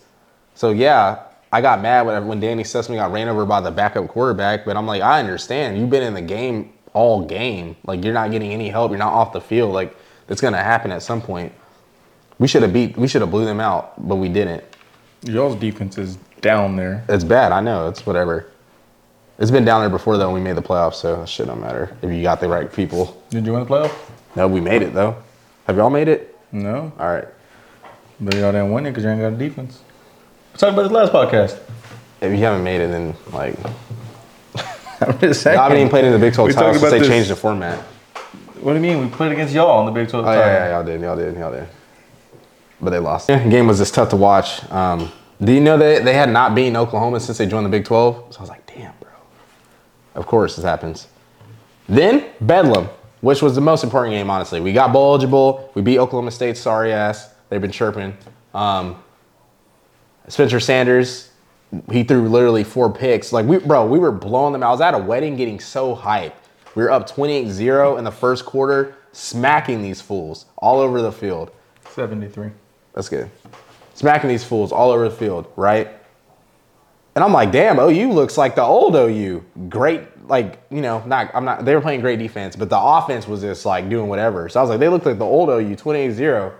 Speaker 1: So yeah, I got mad when, when Danny Sussman got ran over by the backup quarterback. But I'm like, I understand. You've been in the game all game. Like you're not getting any help. You're not off the field. Like that's gonna happen at some point. We should have beat. We should have blew them out, but we didn't.
Speaker 2: Y'all's defense is down there.
Speaker 1: It's bad. I know. It's whatever. It's been down there before though. When we made the playoffs, so that shit don't matter if you got the right people.
Speaker 2: Did you win the playoff?
Speaker 1: No, we made it though. Have y'all made it?
Speaker 2: No.
Speaker 1: All right.
Speaker 2: But y'all didn't win it because you ain't got a defense. We talked about this last podcast.
Speaker 1: If you haven't made it, then like
Speaker 2: I'm just saying.
Speaker 1: I haven't even played in the Big Twelve
Speaker 2: We
Speaker 1: title
Speaker 2: talked
Speaker 1: since they
Speaker 2: about this.
Speaker 1: changed the format.
Speaker 2: What do you mean? We played against y'all in the Big 12
Speaker 1: Oh
Speaker 2: title.
Speaker 1: yeah, yeah, y'all did, y'all did, y'all did. But they lost. Yeah, game was just tough to watch. Um, do you know they they had not beaten Oklahoma since they joined the Big Twelve? So I was like, damn, bro. Of course this happens. Then Bedlam, which was the most important game, honestly. We got bowl eligible. We beat Oklahoma State. Sorry ass. They've been chirping. Um, Spencer Sanders, he threw literally four picks. Like we, bro, we were blowing them out. I was at a wedding getting so hyped. We were up 28-0 in the first quarter, smacking these fools all over the field.
Speaker 2: 73.
Speaker 1: That's good. Smacking these fools all over the field, right? And I'm like, damn, OU looks like the old OU. Great, like, you know, not I'm not they were playing great defense, but the offense was just like doing whatever. So I was like, they looked like the old OU, 28-0.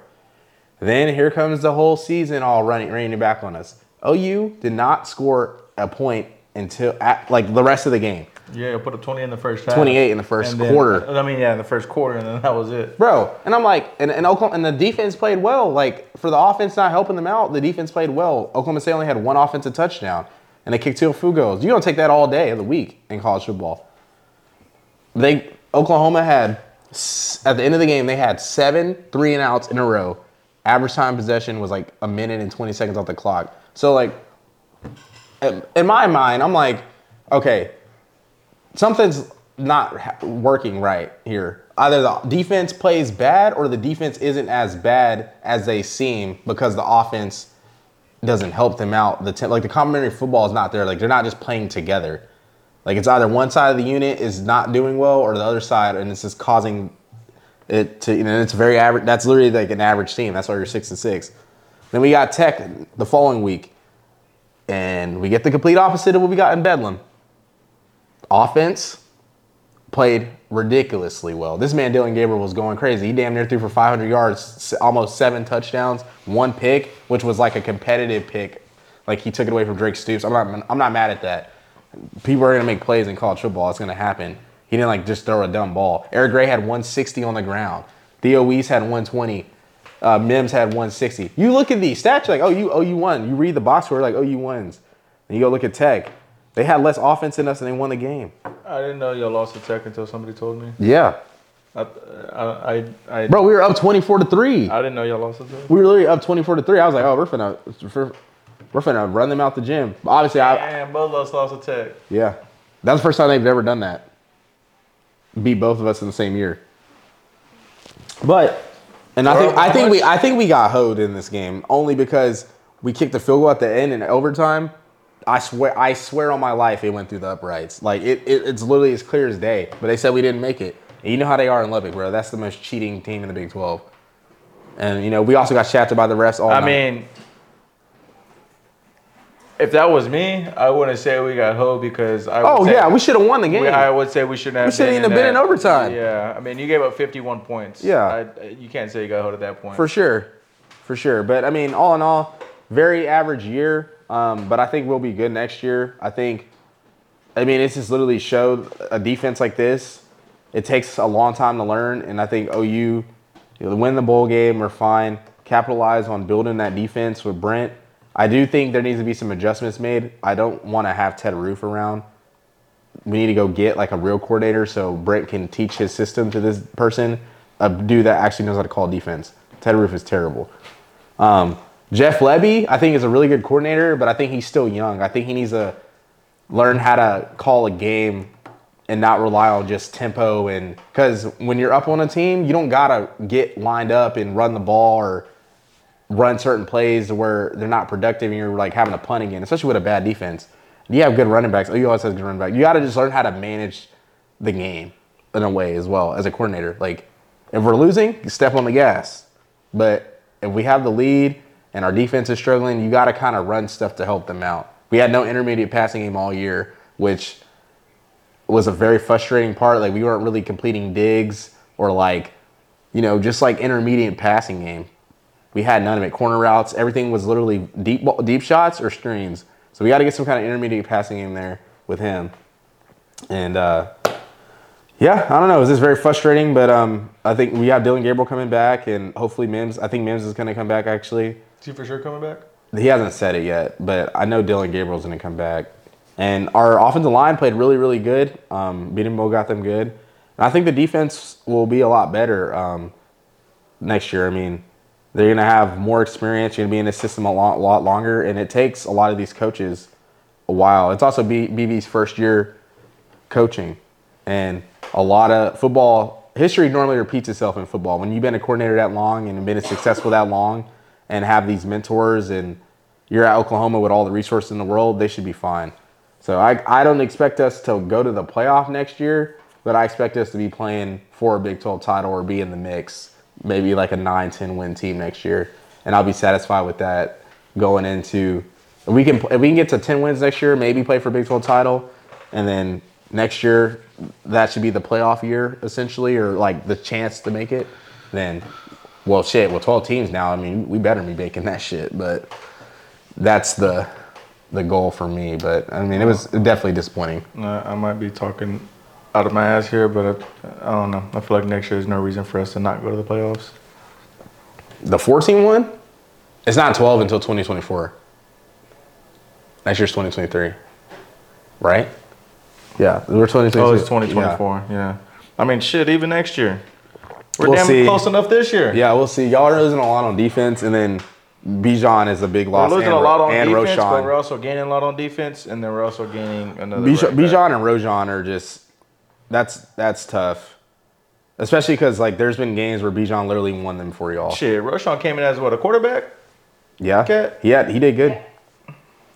Speaker 1: Then here comes the whole season all running raining back on us. OU did not score a point until at, like the rest of the game.
Speaker 2: Yeah, you put up 20 in the first half.
Speaker 1: 28 in the first
Speaker 2: And then-
Speaker 1: quarter.
Speaker 2: I mean, yeah, in the first quarter, and then that was it.
Speaker 1: bro. And I'm like, and, and Oklahoma and the defense played well. Like for the offense not helping them out, the defense played well. Oklahoma State only had one offensive touchdown, and they kicked two field goals. You don't take that all day of the week in college football. They Oklahoma had s- at the end of the game they had seven three and outs in a row. Average time possession was like a minute and twenty seconds off the clock. So like, in- in my mind, I'm like, okay, something's not ha- working right here. Either the defense plays bad or the defense isn't as bad as they seem because the offense doesn't help them out. The te- like the complementary football is not there. Like they're not just playing together. Like it's either one side of the unit is not doing well or the other side, and it's just causing it to you know it's very average. That's literally like an average team. That's why you're six and six. Then we got Tech the following week, and we get the complete opposite of what we got in Bedlam offense played ridiculously well. This man Dylan Gabriel was going crazy. He damn near threw for 500 yards, s- almost seven touchdowns, one pick, which was like a competitive pick. Like he took it away from Drake Stoops. I'm not. I'm not mad at that. People are gonna make plays in college football. It's gonna happen. He didn't like just throw a dumb ball. Eric Gray had 160 on the ground. Theo Weiss had 120. Uh, Mims had 160. You look at these stats, you're like, oh, you, oh, you won. You read the box score, like, oh, you wins. And you go look at Tech. They had less offense than us, and they won the game.
Speaker 2: I didn't know y'all lost the tech until somebody told me.
Speaker 1: Yeah.
Speaker 2: I, I, I, I,
Speaker 1: Bro, we were up 24 to 3.
Speaker 2: I didn't know y'all lost the tech.
Speaker 1: We were literally up 24 to 3. I was like, oh, we're finna, we're- we're finna run them out the gym. But obviously, I,
Speaker 2: Damn, both of us lost the tech.
Speaker 1: yeah. That's the first time they've ever done that. Beat both of us in the same year. But, and I think,
Speaker 2: Bro,
Speaker 1: I
Speaker 2: how
Speaker 1: think we,
Speaker 2: much-
Speaker 1: I think we got hoed in this game only because we kicked the field goal at the end in overtime. I swear, I swear on my life, it went through the uprights. Like it, it it's literally as clear as day. But they said we didn't make it. And you know how they are in Lubbock, bro. That's the most cheating team in the Big 12. And you know, we also got shafted by the refs all
Speaker 2: I
Speaker 1: night.
Speaker 2: mean, if that was me, I wouldn't say we got hoed because I.
Speaker 1: oh
Speaker 2: would say-
Speaker 1: yeah, we should have won the game.
Speaker 2: we- I would say we shouldn't have.
Speaker 1: shouldn't even been in
Speaker 2: that-
Speaker 1: overtime.
Speaker 2: Yeah, I mean, you gave up 51 points.
Speaker 1: Yeah.
Speaker 2: I, you can't say you got hoed at that point.
Speaker 1: For sure, for sure. But I mean, all in all, very average year. Um, but I think we'll be good next year. I think. I mean, it's just literally showed a defense like this It takes a long time to learn, and I think OU you'll win the bowl game or fine. Capitalize on building that defense with Brent. I do think there needs to be some adjustments made. I don't want to have Ted Roof around. We need to go get like a real coordinator so Brent can teach his system to this person, a dude that actually knows how to call defense. Ted Roof is terrible. Um, Jeff Levy, I think, is a really good coordinator, but I think he's still young. I think he needs to learn how to call a game and not rely on just tempo and because when you're up on a team, you don't gotta get lined up and run the ball or run certain plays to where they're not productive and you're like having a punt again, especially with a bad defense. You have good running backs. OU always has good running back. You gotta just learn how to manage the game in a way as well as a coordinator. Like if we're losing, you step on the gas. But if we have the lead and our defense is struggling, you gotta kind of run stuff to help them out. We had no intermediate passing game all year, which was a very frustrating part. Like we weren't really completing digs or like, you know, just like intermediate passing game. We had none of it. Corner routes, everything was literally deep ball- deep shots or screens. So we got to get some kind of intermediate passing game there with him. And uh, yeah, I don't know. It's just very frustrating, but um, I think we have Dylan Gabriel coming back, and hopefully Mims. I think Mims is going to come back. Actually,
Speaker 2: Is he for sure coming back?
Speaker 1: he hasn't said it yet, but I know Dylan Gabriel's going to come back. And our offensive line played really, really good. Um, beating Mo got them good. And I think the defense will be a lot better um, next year. I mean, they're going to have more experience. You're going to be in the system a lot, lot longer. And it takes a lot of these coaches a while. It's also B- BB's first year coaching. And a lot of football history normally repeats itself in football. When you've been a coordinator that long and been successful that long and have these mentors and you're at Oklahoma with all the resources in the world, they should be fine. So I, I don't expect us to go to the playoff next year, but I expect us to be playing for a Big 12 title or be in the mix, maybe like a 9 10 win team next year. And I'll be satisfied with that going into. If we can if we can get to 10 wins next year, maybe play for Big 12 title, and then next year that should be the playoff year essentially or like the chance to make it then well shit well 12 teams now i mean we better be making that shit but that's the the goal for me but i mean it was definitely disappointing
Speaker 2: Uh, I might be talking out of my ass here, but I, I don't know. I feel like next year there's no reason for us to not go to the playoffs.
Speaker 1: the 14 one it's not 12 until 2024 next year's 2023 right yeah we're 2023
Speaker 2: Oh, it's 2024. Yeah. I mean, shit, even next year. We're
Speaker 1: We'll
Speaker 2: damn
Speaker 1: see.
Speaker 2: close enough this year.
Speaker 1: Yeah, we'll see. Y'all are losing a lot on defense, and then Bijan is a big
Speaker 2: We're
Speaker 1: loss.
Speaker 2: losing
Speaker 1: and,
Speaker 2: a lot on
Speaker 1: and
Speaker 2: defense, but we're
Speaker 1: Roshan.
Speaker 2: also gaining a lot on defense, and then we're also gaining another.
Speaker 1: Bijan,
Speaker 2: right back.
Speaker 1: Bijan and Rojan are just that's that's tough, especially because like there's been games where Bijan literally won them for y'all.
Speaker 2: Shit, Roshan came in as what a quarterback.
Speaker 1: Yeah,
Speaker 2: Okay.
Speaker 1: yeah, he did good.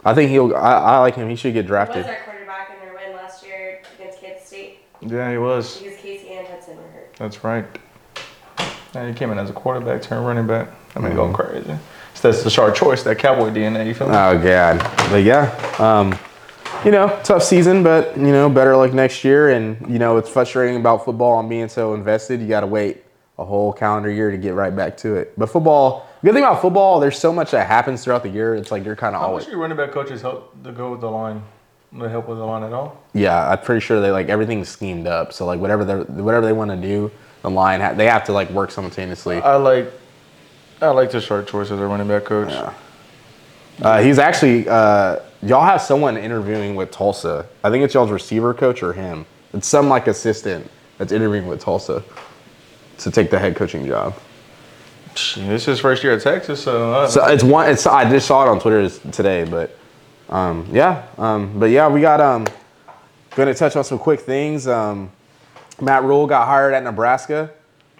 Speaker 1: I think he'll. I, I like him. He should get
Speaker 3: was
Speaker 1: drafted.
Speaker 3: our quarterback in our win last year against Kansas State
Speaker 2: Yeah, he was.
Speaker 3: because Casey and Hudson were hurt.
Speaker 2: That's right. And he came in as a quarterback, turned running back. I mean,
Speaker 1: Mm-hmm.
Speaker 2: go crazy. So that's the sharp choice, that cowboy DNA. You feel me?
Speaker 1: Oh god, but yeah, um, you know, tough season, but you know, better luck next year. And you know, it's frustrating about football and being so invested. You got to wait a whole calendar year to get right back to it. But football, good thing about football, there's so much that happens throughout the year. It's like you're kind of
Speaker 2: How much
Speaker 1: always.
Speaker 2: do your running back coaches help to go with the line? They help with the line at all?
Speaker 1: Yeah, I'm pretty sure they like everything's schemed up. So like whatever they whatever they want to do, the line ha- they have to like work simultaneously.
Speaker 2: I like, I like the sharp choice as a running back coach.
Speaker 1: Uh, he's actually uh, y'all have someone interviewing with Tulsa. I think it's y'all's receiver coach or him. It's some like assistant that's interviewing with Tulsa to take the head coaching job.
Speaker 2: Shit, This is his first year at Texas, so, uh,
Speaker 1: So it's one. It's I just saw it on Twitter this- today, but um, yeah, um, but yeah, we got um, going to touch on some quick things. Um, Matt Rule got hired at Nebraska.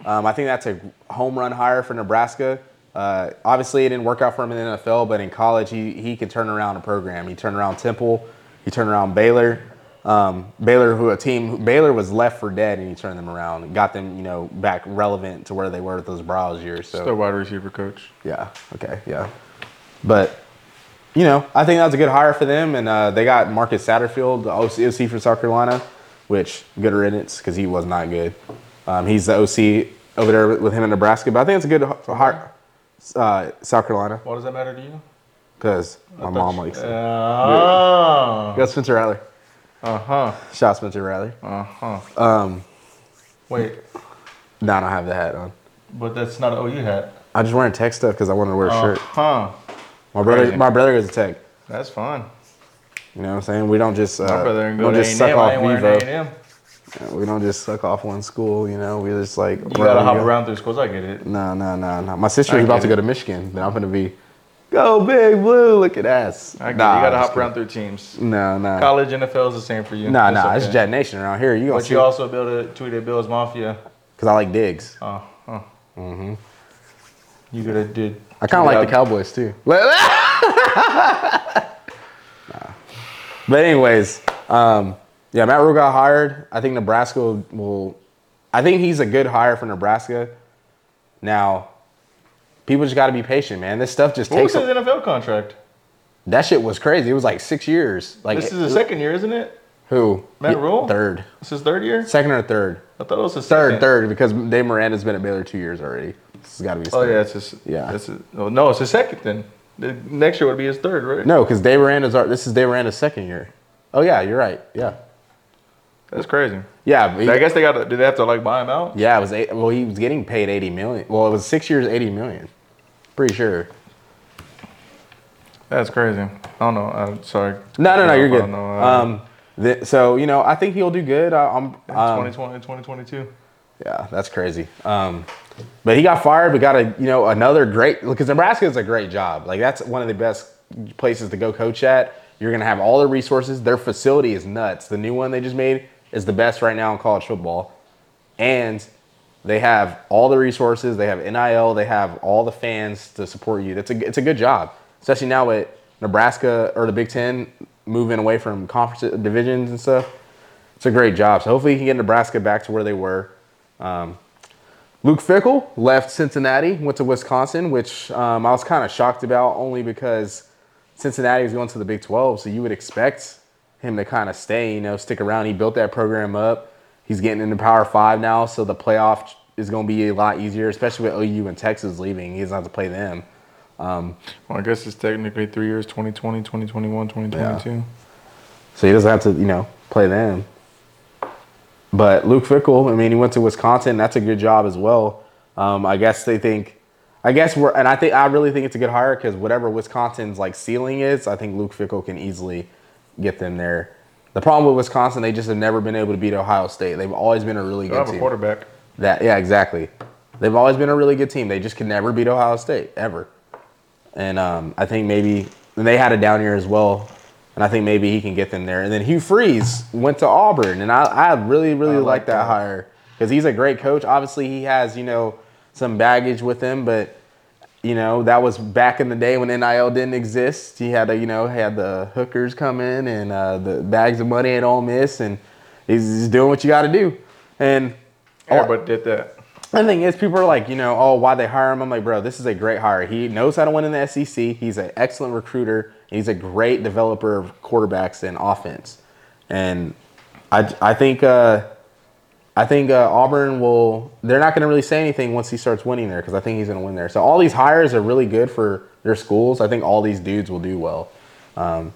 Speaker 1: Um, I think that's a home run hire for Nebraska. Uh, obviously, it didn't work out for him in the NFL, but in college, he, he can turn around a program. He turned around Temple. He turned around Baylor. Um, Baylor, who a team Baylor was left for dead, and he turned them around, and got them, you know, back relevant to where they were those Browse years. So
Speaker 2: the wide receiver coach.
Speaker 1: yeah. Okay. Yeah. But you know, I think that was a good hire for them, and uh, they got Marcus Satterfield, the OC, OC for South Carolina, which good riddance because he was not good. Um, he's the OC over there with him in Nebraska, but I think it's a good h- hire. Uh, South Carolina,
Speaker 2: Why does that matter to you?
Speaker 1: because my mom likes him.
Speaker 2: Uh Ah.
Speaker 1: We got Spencer Rattler.
Speaker 2: huh. uh-huh.
Speaker 1: Shout out Spencer Rattler.
Speaker 2: Uh huh.
Speaker 1: Um,
Speaker 2: Wait,
Speaker 1: No, I don't have the hat on.
Speaker 2: but that's not an OU hat.
Speaker 1: I just wearing tech stuff because I wanted to wear a
Speaker 2: Uh,
Speaker 1: shirt.
Speaker 2: huh.
Speaker 1: My brother,
Speaker 2: crazy.
Speaker 1: my brother goes to tech.
Speaker 2: That's fine.
Speaker 1: You know what I'm saying? We don't just uh,
Speaker 2: My brother
Speaker 1: we
Speaker 2: ain't
Speaker 1: don't
Speaker 2: go to
Speaker 1: just suck
Speaker 2: A&M. I
Speaker 1: off
Speaker 2: ain't wearing
Speaker 1: Vivo.
Speaker 2: A&M.
Speaker 1: We don't just suck off one school. You know, we just like
Speaker 2: You gotta hop around through schools. I get it.
Speaker 1: No, no, no, no. My sister
Speaker 2: I
Speaker 1: is about
Speaker 2: get
Speaker 1: to
Speaker 2: it.
Speaker 1: go to Michigan. Then I'm gonna be go big blue. Look at us.
Speaker 2: I get it.
Speaker 1: Nah,
Speaker 2: You gotta
Speaker 1: I'm just
Speaker 2: hop around through teams.
Speaker 1: kidding. No, no.
Speaker 2: College, NFL is the same for you.
Speaker 1: Nah,
Speaker 2: It's
Speaker 1: nah,
Speaker 2: okay.
Speaker 1: it's Jet Nation around here. You gonna
Speaker 2: But
Speaker 1: see?
Speaker 2: you also build a tweet at Bills Mafia.
Speaker 1: Cause I like digs.
Speaker 2: Oh, huh. Mm-hmm. You could have did.
Speaker 1: I kind of like the Cowboys too. nah. But anyways, um, yeah, Matt Rule got hired. I think Nebraska will, will. I think he's a good hire for Nebraska. Now, people just got to be patient, man. This stuff just
Speaker 2: What was
Speaker 1: takes.
Speaker 2: his
Speaker 1: A,
Speaker 2: NFL contract?
Speaker 1: that shit was crazy. It was like six years. Like
Speaker 2: This is his second year, isn't it?
Speaker 1: who?
Speaker 2: Matt
Speaker 1: Yeah,
Speaker 2: Rule?
Speaker 1: Third,
Speaker 2: This is third year.
Speaker 1: second or third?
Speaker 2: I thought it was his
Speaker 1: Third,
Speaker 2: second.
Speaker 1: third, because Dave Miranda's been at Baylor two years already. This has got to be. His
Speaker 2: Oh
Speaker 1: third.
Speaker 2: yeah, it's his.
Speaker 1: Yeah.
Speaker 2: It's his, no, no, it's his second then. The next year would be his third, right?
Speaker 1: No, because Dave Miranda's our, this is Dave Miranda's second year. Oh yeah, you're right. Yeah,
Speaker 2: That's crazy.
Speaker 1: yeah. but he-
Speaker 2: I guess they got. to Did they have to like buy him out?
Speaker 1: yeah, it was eight, well. He was getting paid eighty million. Well, it was six years, eighty million. Pretty sure.
Speaker 2: That's crazy. I don't know. I'm sorry.
Speaker 1: No, no, no. You're
Speaker 2: I
Speaker 1: good.
Speaker 2: don't know, uh,
Speaker 1: Um, th- so you know, I think he'll do good. I, I'm. Um,
Speaker 2: 2020, 2022.
Speaker 1: yeah, that's crazy. Um, but he got fired. We got a you know another great because Nebraska is a great job. Like that's one of the best places to go coach at. You're gonna have all the resources. Their facility is nuts. The new one they just made is the best right now in college football, and they have all the resources. They have NIL. They have all the fans to support you. That's a it's a good job, especially now with Nebraska or the Big Ten moving away from conference divisions and stuff. It's a great job. So hopefully he can get Nebraska back to where they were. Luke Fickle left Cincinnati, went to Wisconsin, which um, I was kind of shocked about only because Cincinnati was going to the Big 12. So you would expect him to kind of stay, you know, stick around. He built that program up. He's getting into Power Five now. So the playoff is going to be a lot easier, especially with OU and Texas leaving. He doesn't have to play them.
Speaker 2: Well, I guess it's technically three years: 2020, 2021, 2022.
Speaker 1: So he doesn't have to, you know, play them. But Luke Fickle, I mean, he went to Wisconsin. That's a good job as well. Um, I guess they think, I guess we're, and I think I really think it's a good hire because whatever Wisconsin's like ceiling is, I think Luke Fickle can easily get them there. The problem with Wisconsin, they just have never been able to beat Ohio State. They've always been a really
Speaker 2: I
Speaker 1: good
Speaker 2: have a
Speaker 1: team.
Speaker 2: quarterback.
Speaker 1: That yeah, exactly. They've always been a really good team. They just could never beat Ohio State ever. And um, I think maybe and they had a down year as well. And I think maybe he can get them there. And then Hugh Freeze went to Auburn, and I, I really really
Speaker 2: I
Speaker 1: like,
Speaker 2: like
Speaker 1: that,
Speaker 2: that.
Speaker 1: hire because he's a great coach. Obviously, he has you know some baggage with him, but you know that was back in the day when NIL didn't exist. He had a, you know had the hookers come in and uh, the bags of money at Ole Miss, and he's, he's doing what you got to do. And Oh,
Speaker 2: Everybody did that.
Speaker 1: the thing is, people are like, you know, oh, why they hire him? I'm like, bro, this is a great hire. He knows how to win in the SEC. He's an excellent recruiter. He's a great developer of quarterbacks and offense. And I, I think, uh, I think uh, Auburn will. They're not going to really say anything once he starts winning there because I think he's going to win there. So all these hires are really good for their schools. I think all these dudes will do well. Um,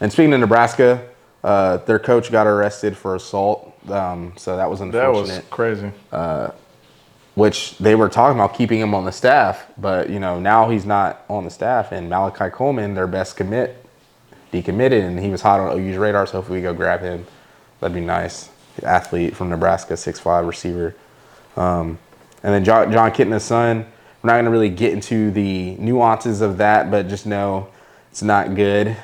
Speaker 1: and speaking of Nebraska, uh, their coach got arrested for assault. Um, so that was
Speaker 2: That
Speaker 1: unfortunate Uh,
Speaker 2: was crazy.
Speaker 1: which they were talking about keeping him on the staff, but you know now he's not on the staff, and Malachi Coleman, their best commit, decommitted, and he was hot on OU's radar. So hopefully we go grab him. That'd be nice. Athlete from Nebraska, 6'5", receiver, um, and then John, John Kitna's son. We're not gonna really get into the nuances of that, but just know it's not good.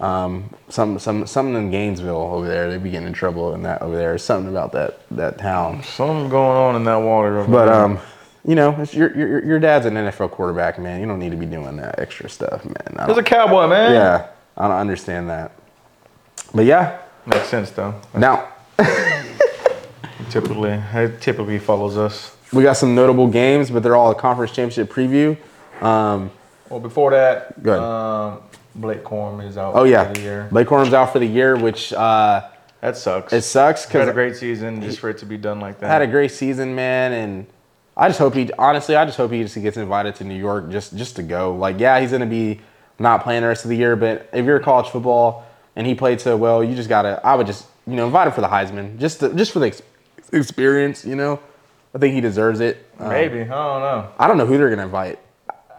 Speaker 1: Um, some some something in Gainesville over there, they be getting in trouble in that over there. Something about that that town.
Speaker 2: Something going on in that water. Over
Speaker 1: But
Speaker 2: there.
Speaker 1: um, you know, it's your, your your dad's an NFL quarterback, man. You don't need to be doing that extra stuff, man. I
Speaker 2: there's a
Speaker 1: don't,
Speaker 2: cowboy, man.
Speaker 1: yeah, I don't understand that. But yeah,
Speaker 2: Makes sense though.
Speaker 1: now
Speaker 2: Typically, it typically follows us.
Speaker 1: we got some notable games, but they're all a conference championship preview. Um,
Speaker 2: Well, before that,
Speaker 1: Good.
Speaker 2: Um, Blake Corm is out.
Speaker 1: oh
Speaker 2: for the
Speaker 1: yeah,
Speaker 2: year.
Speaker 1: Blake Corum's out for the year, which uh,
Speaker 2: that sucks.
Speaker 1: it sucks
Speaker 2: had a
Speaker 1: because
Speaker 2: great season, just for it to be done like that.
Speaker 1: had a great season, man, and I just hope he honestly, I just hope he just gets invited to New York just just to go. Like, yeah, he's gonna be not playing the rest of the year, but if you're college football and he played so well, you just gotta. I would just you know invite him for the Heisman, just to, just for the ex- experience, you know? I think he deserves it. Um,
Speaker 2: Maybe I don't know.
Speaker 1: I don't know who they're going to invite.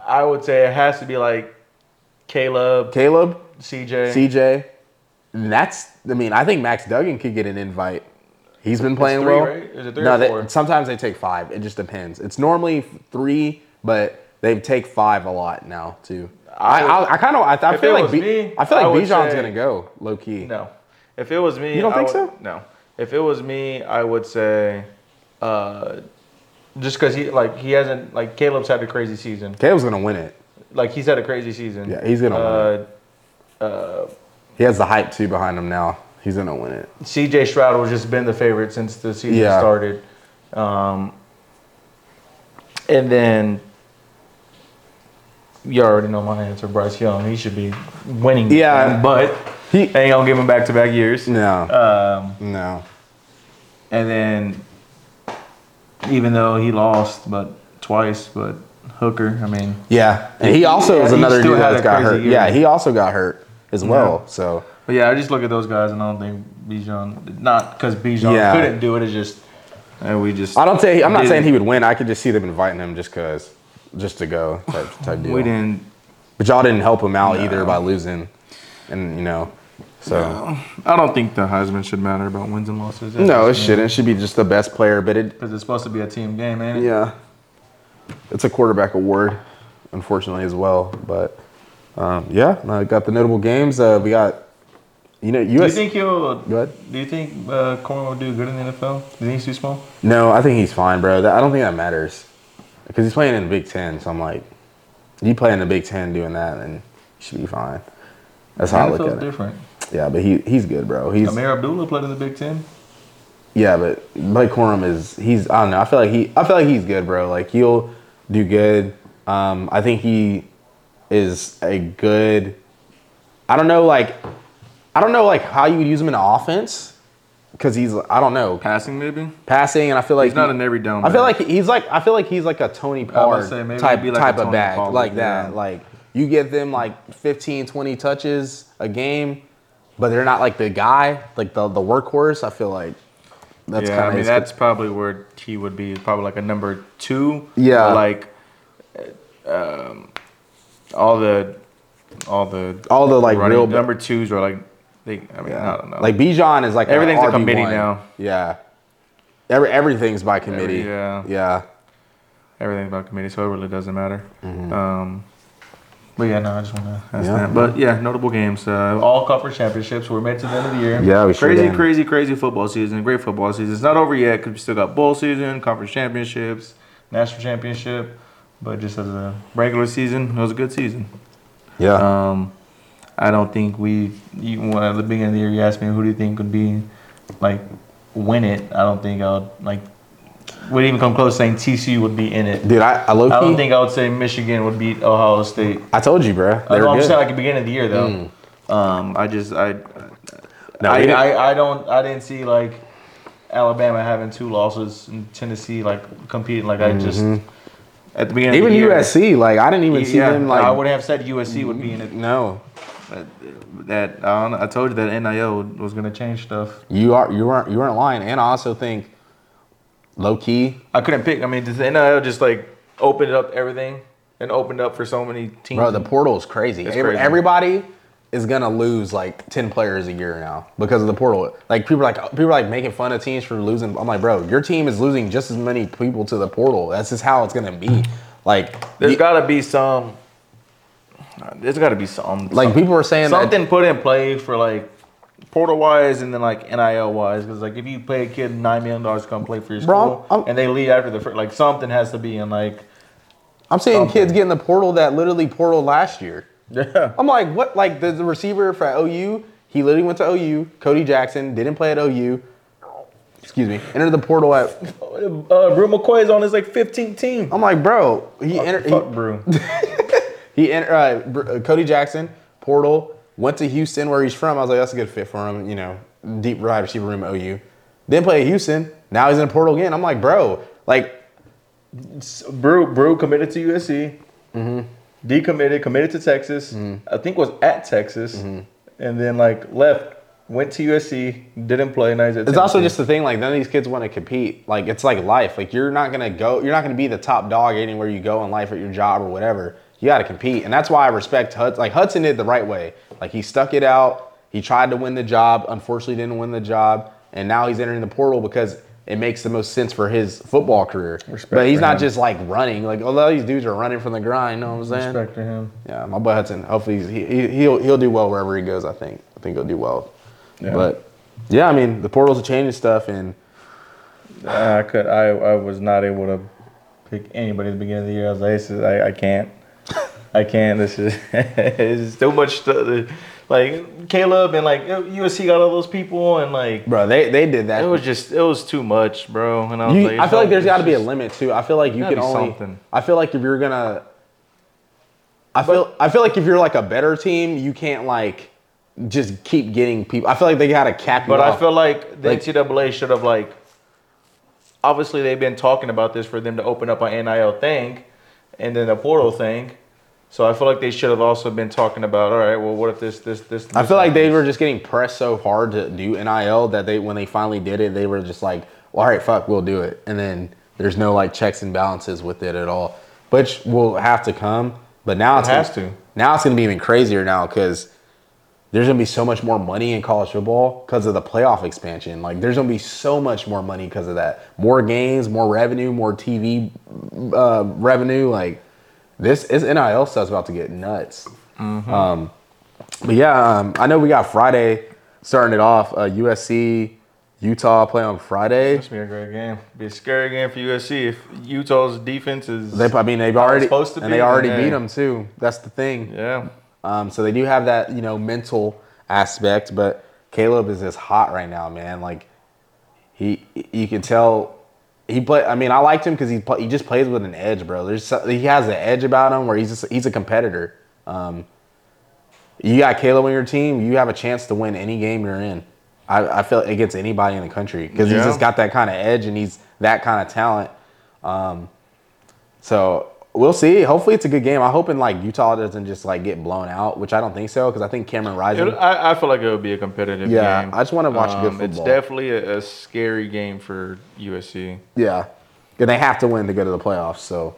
Speaker 2: I would say it has to be like Caleb,
Speaker 1: Caleb,
Speaker 2: CJ.
Speaker 1: CJ. And That's, I mean, I think Max Duggan could get an invite. He's been playing
Speaker 2: three,
Speaker 1: well.
Speaker 2: right? Is it three
Speaker 1: no,
Speaker 2: or
Speaker 1: they-
Speaker 2: four?
Speaker 1: sometimes they take five. It just depends. It's normally three, but they take five a lot now too. I I, I kind of I, I
Speaker 2: If
Speaker 1: feel
Speaker 2: it
Speaker 1: like
Speaker 2: was
Speaker 1: B,
Speaker 2: me,
Speaker 1: I feel
Speaker 2: I
Speaker 1: like
Speaker 2: would
Speaker 1: Bijan's
Speaker 2: say-
Speaker 1: gonna go low key.
Speaker 2: no, if it was me,
Speaker 1: You don't
Speaker 2: I
Speaker 1: think
Speaker 2: would-
Speaker 1: so?
Speaker 2: No, if it was me, I would say uh, just because he like he hasn't like Caleb's had a crazy season.
Speaker 1: Caleb's gonna win it.
Speaker 2: Like he's had a crazy season.
Speaker 1: Yeah, he's gonna win
Speaker 2: Uh,
Speaker 1: He has the hype too behind him now. He's gonna win it.
Speaker 2: CJ Stroud has just been the favorite since the season
Speaker 1: Yeah.
Speaker 2: started. Um, and then you already know my answer, Bryce Young. He should be winning. this
Speaker 1: Yeah.
Speaker 2: thing, but
Speaker 1: He-
Speaker 2: they ain't gonna give him back to back years.
Speaker 1: No,
Speaker 2: Um,
Speaker 1: no.
Speaker 2: and then even though he lost, but twice, but Hooker. I mean,
Speaker 1: Yeah, and he also
Speaker 2: yeah,
Speaker 1: is
Speaker 2: he
Speaker 1: another
Speaker 2: still
Speaker 1: dude
Speaker 2: had
Speaker 1: that's
Speaker 2: a
Speaker 1: got
Speaker 2: crazy
Speaker 1: hurt.
Speaker 2: year.
Speaker 1: Yeah, he also got hurt as well.
Speaker 2: Yeah.
Speaker 1: So
Speaker 2: but yeah, I just look at those guys and I don't think Bijan. Not because Bijan
Speaker 1: Yeah.
Speaker 2: couldn't do it. It's just and we just.
Speaker 1: I don't say I'm not
Speaker 2: didn't-
Speaker 1: saying he would win. I could just see them inviting him just cause, just to go type type deal.
Speaker 2: We didn't.
Speaker 1: But y'all didn't help him out either
Speaker 2: No.
Speaker 1: by losing, and you know, so
Speaker 2: I don't think the Heisman should matter about wins and losses.
Speaker 1: no, it shouldn't. It should be just the best player, but it
Speaker 2: Because it's supposed to be a team game, ain't it?
Speaker 1: yeah, it's a quarterback award, unfortunately as well. But um, yeah, no, we got the notable games. Uh, we got you know
Speaker 2: Do you
Speaker 1: US.
Speaker 2: think he'll?
Speaker 1: Go ahead.
Speaker 2: Do you think uh, Corn will do good in the NFL? Do you think he's too small?
Speaker 1: no, I think he's fine, bro. That, I don't think that matters because he's playing in the Big Ten. So I'm like, you play in the Big Ten doing that, then you should be fine. That's how I
Speaker 2: The
Speaker 1: look
Speaker 2: NFL's
Speaker 1: at it.
Speaker 2: different.
Speaker 1: Yeah, but he he's good, bro. He's
Speaker 2: Amir Abdullah played in the Big Ten.
Speaker 1: Yeah, but Blake Corum is he's I don't know. I feel like he I feel like he's good, bro. Like he'll do good. Um, I think he is a good. I don't know, like I don't know, like how you would use him in offense because he's I don't know
Speaker 2: Passing, maybe.
Speaker 1: passing, and I feel like
Speaker 2: He's not an every down
Speaker 1: I feel
Speaker 2: back.
Speaker 1: like he's like I feel like he's like a Tony
Speaker 2: about to
Speaker 1: Pollard
Speaker 2: say, maybe
Speaker 1: type
Speaker 2: he'd be like a
Speaker 1: type of
Speaker 2: Tony
Speaker 1: back
Speaker 2: Pollard,
Speaker 1: like
Speaker 2: yeah.
Speaker 1: that. Like you give them like 15, 20 touches a game, but they're not like the guy, like the the workhorse. I feel like that's
Speaker 2: yeah,
Speaker 1: kind of
Speaker 2: I mean that's probably where he would be. Probably like a number two.
Speaker 1: Yeah.
Speaker 2: Like, uh, um, all the, all the,
Speaker 1: all the like
Speaker 2: running
Speaker 1: real
Speaker 2: number twos are like. They, I mean,
Speaker 1: Yeah.
Speaker 2: I don't know.
Speaker 1: Like Bijan is like a
Speaker 2: Everything's a
Speaker 1: RB1.
Speaker 2: committee now.
Speaker 1: Yeah, every everything's by committee.
Speaker 2: yeah.
Speaker 1: yeah.
Speaker 2: everything about committee, so it really doesn't matter. Um, but yeah, no, I just want to ask
Speaker 1: Mm-hmm. Yeah.
Speaker 2: that. But yeah, notable games. Uh, all conference championships. We're made it to the end of the year.
Speaker 1: Yeah, we sure
Speaker 2: crazy,
Speaker 1: did.
Speaker 2: crazy, crazy football season. Great football season. It's not over yet because we still got bowl season, conference championships, national championship. But just as a regular season, it was a good season.
Speaker 1: Yeah.
Speaker 2: Um, I don't think we. You, when at the beginning of the year, you asked me who do you think would be like win it. I don't think I would like. Would even come close saying TCU would be in it.
Speaker 1: Dude, I, I low
Speaker 2: I
Speaker 1: key.
Speaker 2: don't
Speaker 1: I,
Speaker 2: think I would say Michigan would beat Ohio State.
Speaker 1: told you, bro. They
Speaker 2: I
Speaker 1: were
Speaker 2: am
Speaker 1: good.
Speaker 2: saying like the beginning of the year though. Um, I just I,
Speaker 1: No, we
Speaker 2: I,
Speaker 1: didn't-
Speaker 2: I I don't I didn't see like Alabama having two losses and Tennessee like competing like I just at the beginning
Speaker 1: Mm-hmm. even
Speaker 2: of the year.
Speaker 1: USC, like I didn't even see
Speaker 2: yeah,
Speaker 1: them like. Mm-hmm.
Speaker 2: I would have said USC would be in it.
Speaker 1: no,
Speaker 2: but That I, don't, I told you that NIL was gonna change stuff.
Speaker 1: you are you aren't you aren't lying, and I also think low key.
Speaker 2: I couldn't pick. I mean, does NIL just like opened up everything and opened up for so many teams?
Speaker 1: Bro, the portal is crazy.
Speaker 2: It's
Speaker 1: Every-
Speaker 2: crazy.
Speaker 1: Everybody is gonna lose like ten players a year now because of the portal. Like people are like people are like making fun of teams for losing. I'm like, bro, your team is losing just as many people to the portal. That's just how it's gonna be. Like,
Speaker 2: There's
Speaker 1: you-
Speaker 2: got to be some. There's got to be some.
Speaker 1: like people are saying that-
Speaker 2: something put in play for like portal wise and then like NIL wise because like if you pay a kid nine million dollars to come play for your
Speaker 1: Bro,
Speaker 2: school
Speaker 1: I'm-
Speaker 2: and they leave after the first, like something has to be in like
Speaker 1: I'm seeing
Speaker 2: something.
Speaker 1: kids getting the portal that literally portal last year.
Speaker 2: yeah
Speaker 1: I'm like, what? Like the, the receiver for OU, he literally went to OU. Cody Jackson didn't play at OU. Excuse me. Entered the portal at.
Speaker 2: uh, Brew McCoy is on his like 15th team.
Speaker 1: I'm like, bro, he entered.
Speaker 2: Fuck
Speaker 1: he-
Speaker 2: Brew.
Speaker 1: He enter, uh, Br- uh, Cody Jackson portal went to Houston where he's from. I was like, that's a good fit for him. You know, deep wide receiver room OU. Then play at Houston. Now he's in the portal again. I'm like, bro, like
Speaker 2: Brew Brew committed to USC.
Speaker 1: Mm-hmm. Mm-hmm.
Speaker 2: Decommitted, committed to Texas. I think was at Texas, and then like left went to USC, didn't play. Now he's at
Speaker 1: It's also
Speaker 2: Tennessee.
Speaker 1: just the thing, like none of these kids want to compete. Like it's like life. Like you're not gonna go, you're not gonna be the top dog anywhere you go in life at your job or whatever. You got to compete, and that's why I respect Hudson. Like Hudson did the right way. Like he stuck it out. He tried to win the job. Unfortunately, didn't win the job, and now he's entering the portal because it makes the most sense for his football career.
Speaker 2: Respect
Speaker 1: but he's
Speaker 2: for
Speaker 1: not
Speaker 2: him.
Speaker 1: just like running. Like a lot of these dudes are running from the grind. You know what I'm saying?
Speaker 2: respect to him.
Speaker 1: Yeah, my boy Hudson. Hopefully he's, he he- he'll he'll do well wherever he goes. I think I think he'll do well.
Speaker 2: Yeah.
Speaker 1: But yeah, I mean the portals are changing stuff, and
Speaker 2: I could. I, I was not able to pick anybody at the beginning of the year. I was like, this is, I, I can't. I can't. This is it's too much. Stuff. Like Caleb and like USC got all those people and like
Speaker 1: bro, they they did that.
Speaker 2: it was just it was too much, bro. And I was
Speaker 1: You-
Speaker 2: like,
Speaker 1: I feel like there's
Speaker 2: it's
Speaker 1: got to be a
Speaker 2: just-
Speaker 1: limit too. I feel like you
Speaker 2: Gotta
Speaker 1: can
Speaker 2: be
Speaker 1: only.
Speaker 2: something.
Speaker 1: I feel like if you're gonna. I feel I feel like if you're like a better team, you can't like just keep getting people. I feel like they gotta cap you
Speaker 2: But I
Speaker 1: off.
Speaker 2: feel like the
Speaker 1: Like-
Speaker 2: NCAA should have like. Obviously, they've been talking about this for them to open up an NIL thing, and then a portal thing. So I feel like they should have also been talking about. All right, well, what if this this this?
Speaker 1: I
Speaker 2: this
Speaker 1: feel like they
Speaker 2: happens?"
Speaker 1: were just getting pressed so hard to do NIL that they when they finally did it, they were just like, well, all right, fuck, we'll do it. And then there's no like checks and balances with it at all, which will have to come. But now it's
Speaker 2: has
Speaker 1: gonna-
Speaker 2: to.
Speaker 1: Now it's going to be even crazier now because there's going to be so much more money in college football because of the playoff expansion. Like there's going to be so much more money because of that. More games, more revenue, more TV uh, revenue. Like this is NIL stuff's about to get nuts.
Speaker 2: Mm-hmm.
Speaker 1: Um, But yeah, um, I know we got Friday starting it off. Uh, USC, Utah play on Friday.
Speaker 2: It's gonna be a great game. Be a scary game for USC if Utah's defense is.
Speaker 1: They, I mean, they've already
Speaker 2: supposed to
Speaker 1: and
Speaker 2: be,
Speaker 1: they already
Speaker 2: yeah.
Speaker 1: beat them too. That's the thing.
Speaker 2: yeah,
Speaker 1: Um, so they do have that you know mental aspect, but Caleb is just hot right now, man. Like he, you can tell he play. I mean, I liked him because he pla he just plays with an edge, bro. There's so- he has an edge about him where he's just he's a competitor. Um, you got Caleb on your team, you have a chance to win any game you're in. I, I feel against anybody in the country because
Speaker 2: Yeah.
Speaker 1: he's just got that kind of edge and he's that kind of talent. Um, so we'll see. Hopefully, it's a good game. I'm hoping like Utah doesn't just like get blown out, which I don't think so because I think Cameron Rising.
Speaker 2: It- I, I feel like it would be a competitive
Speaker 1: Yeah,
Speaker 2: game. Um,
Speaker 1: I just wanna watch good
Speaker 2: It's
Speaker 1: football.
Speaker 2: definitely a, a scary game for USC.
Speaker 1: Yeah. And they have to win to go to the playoffs. So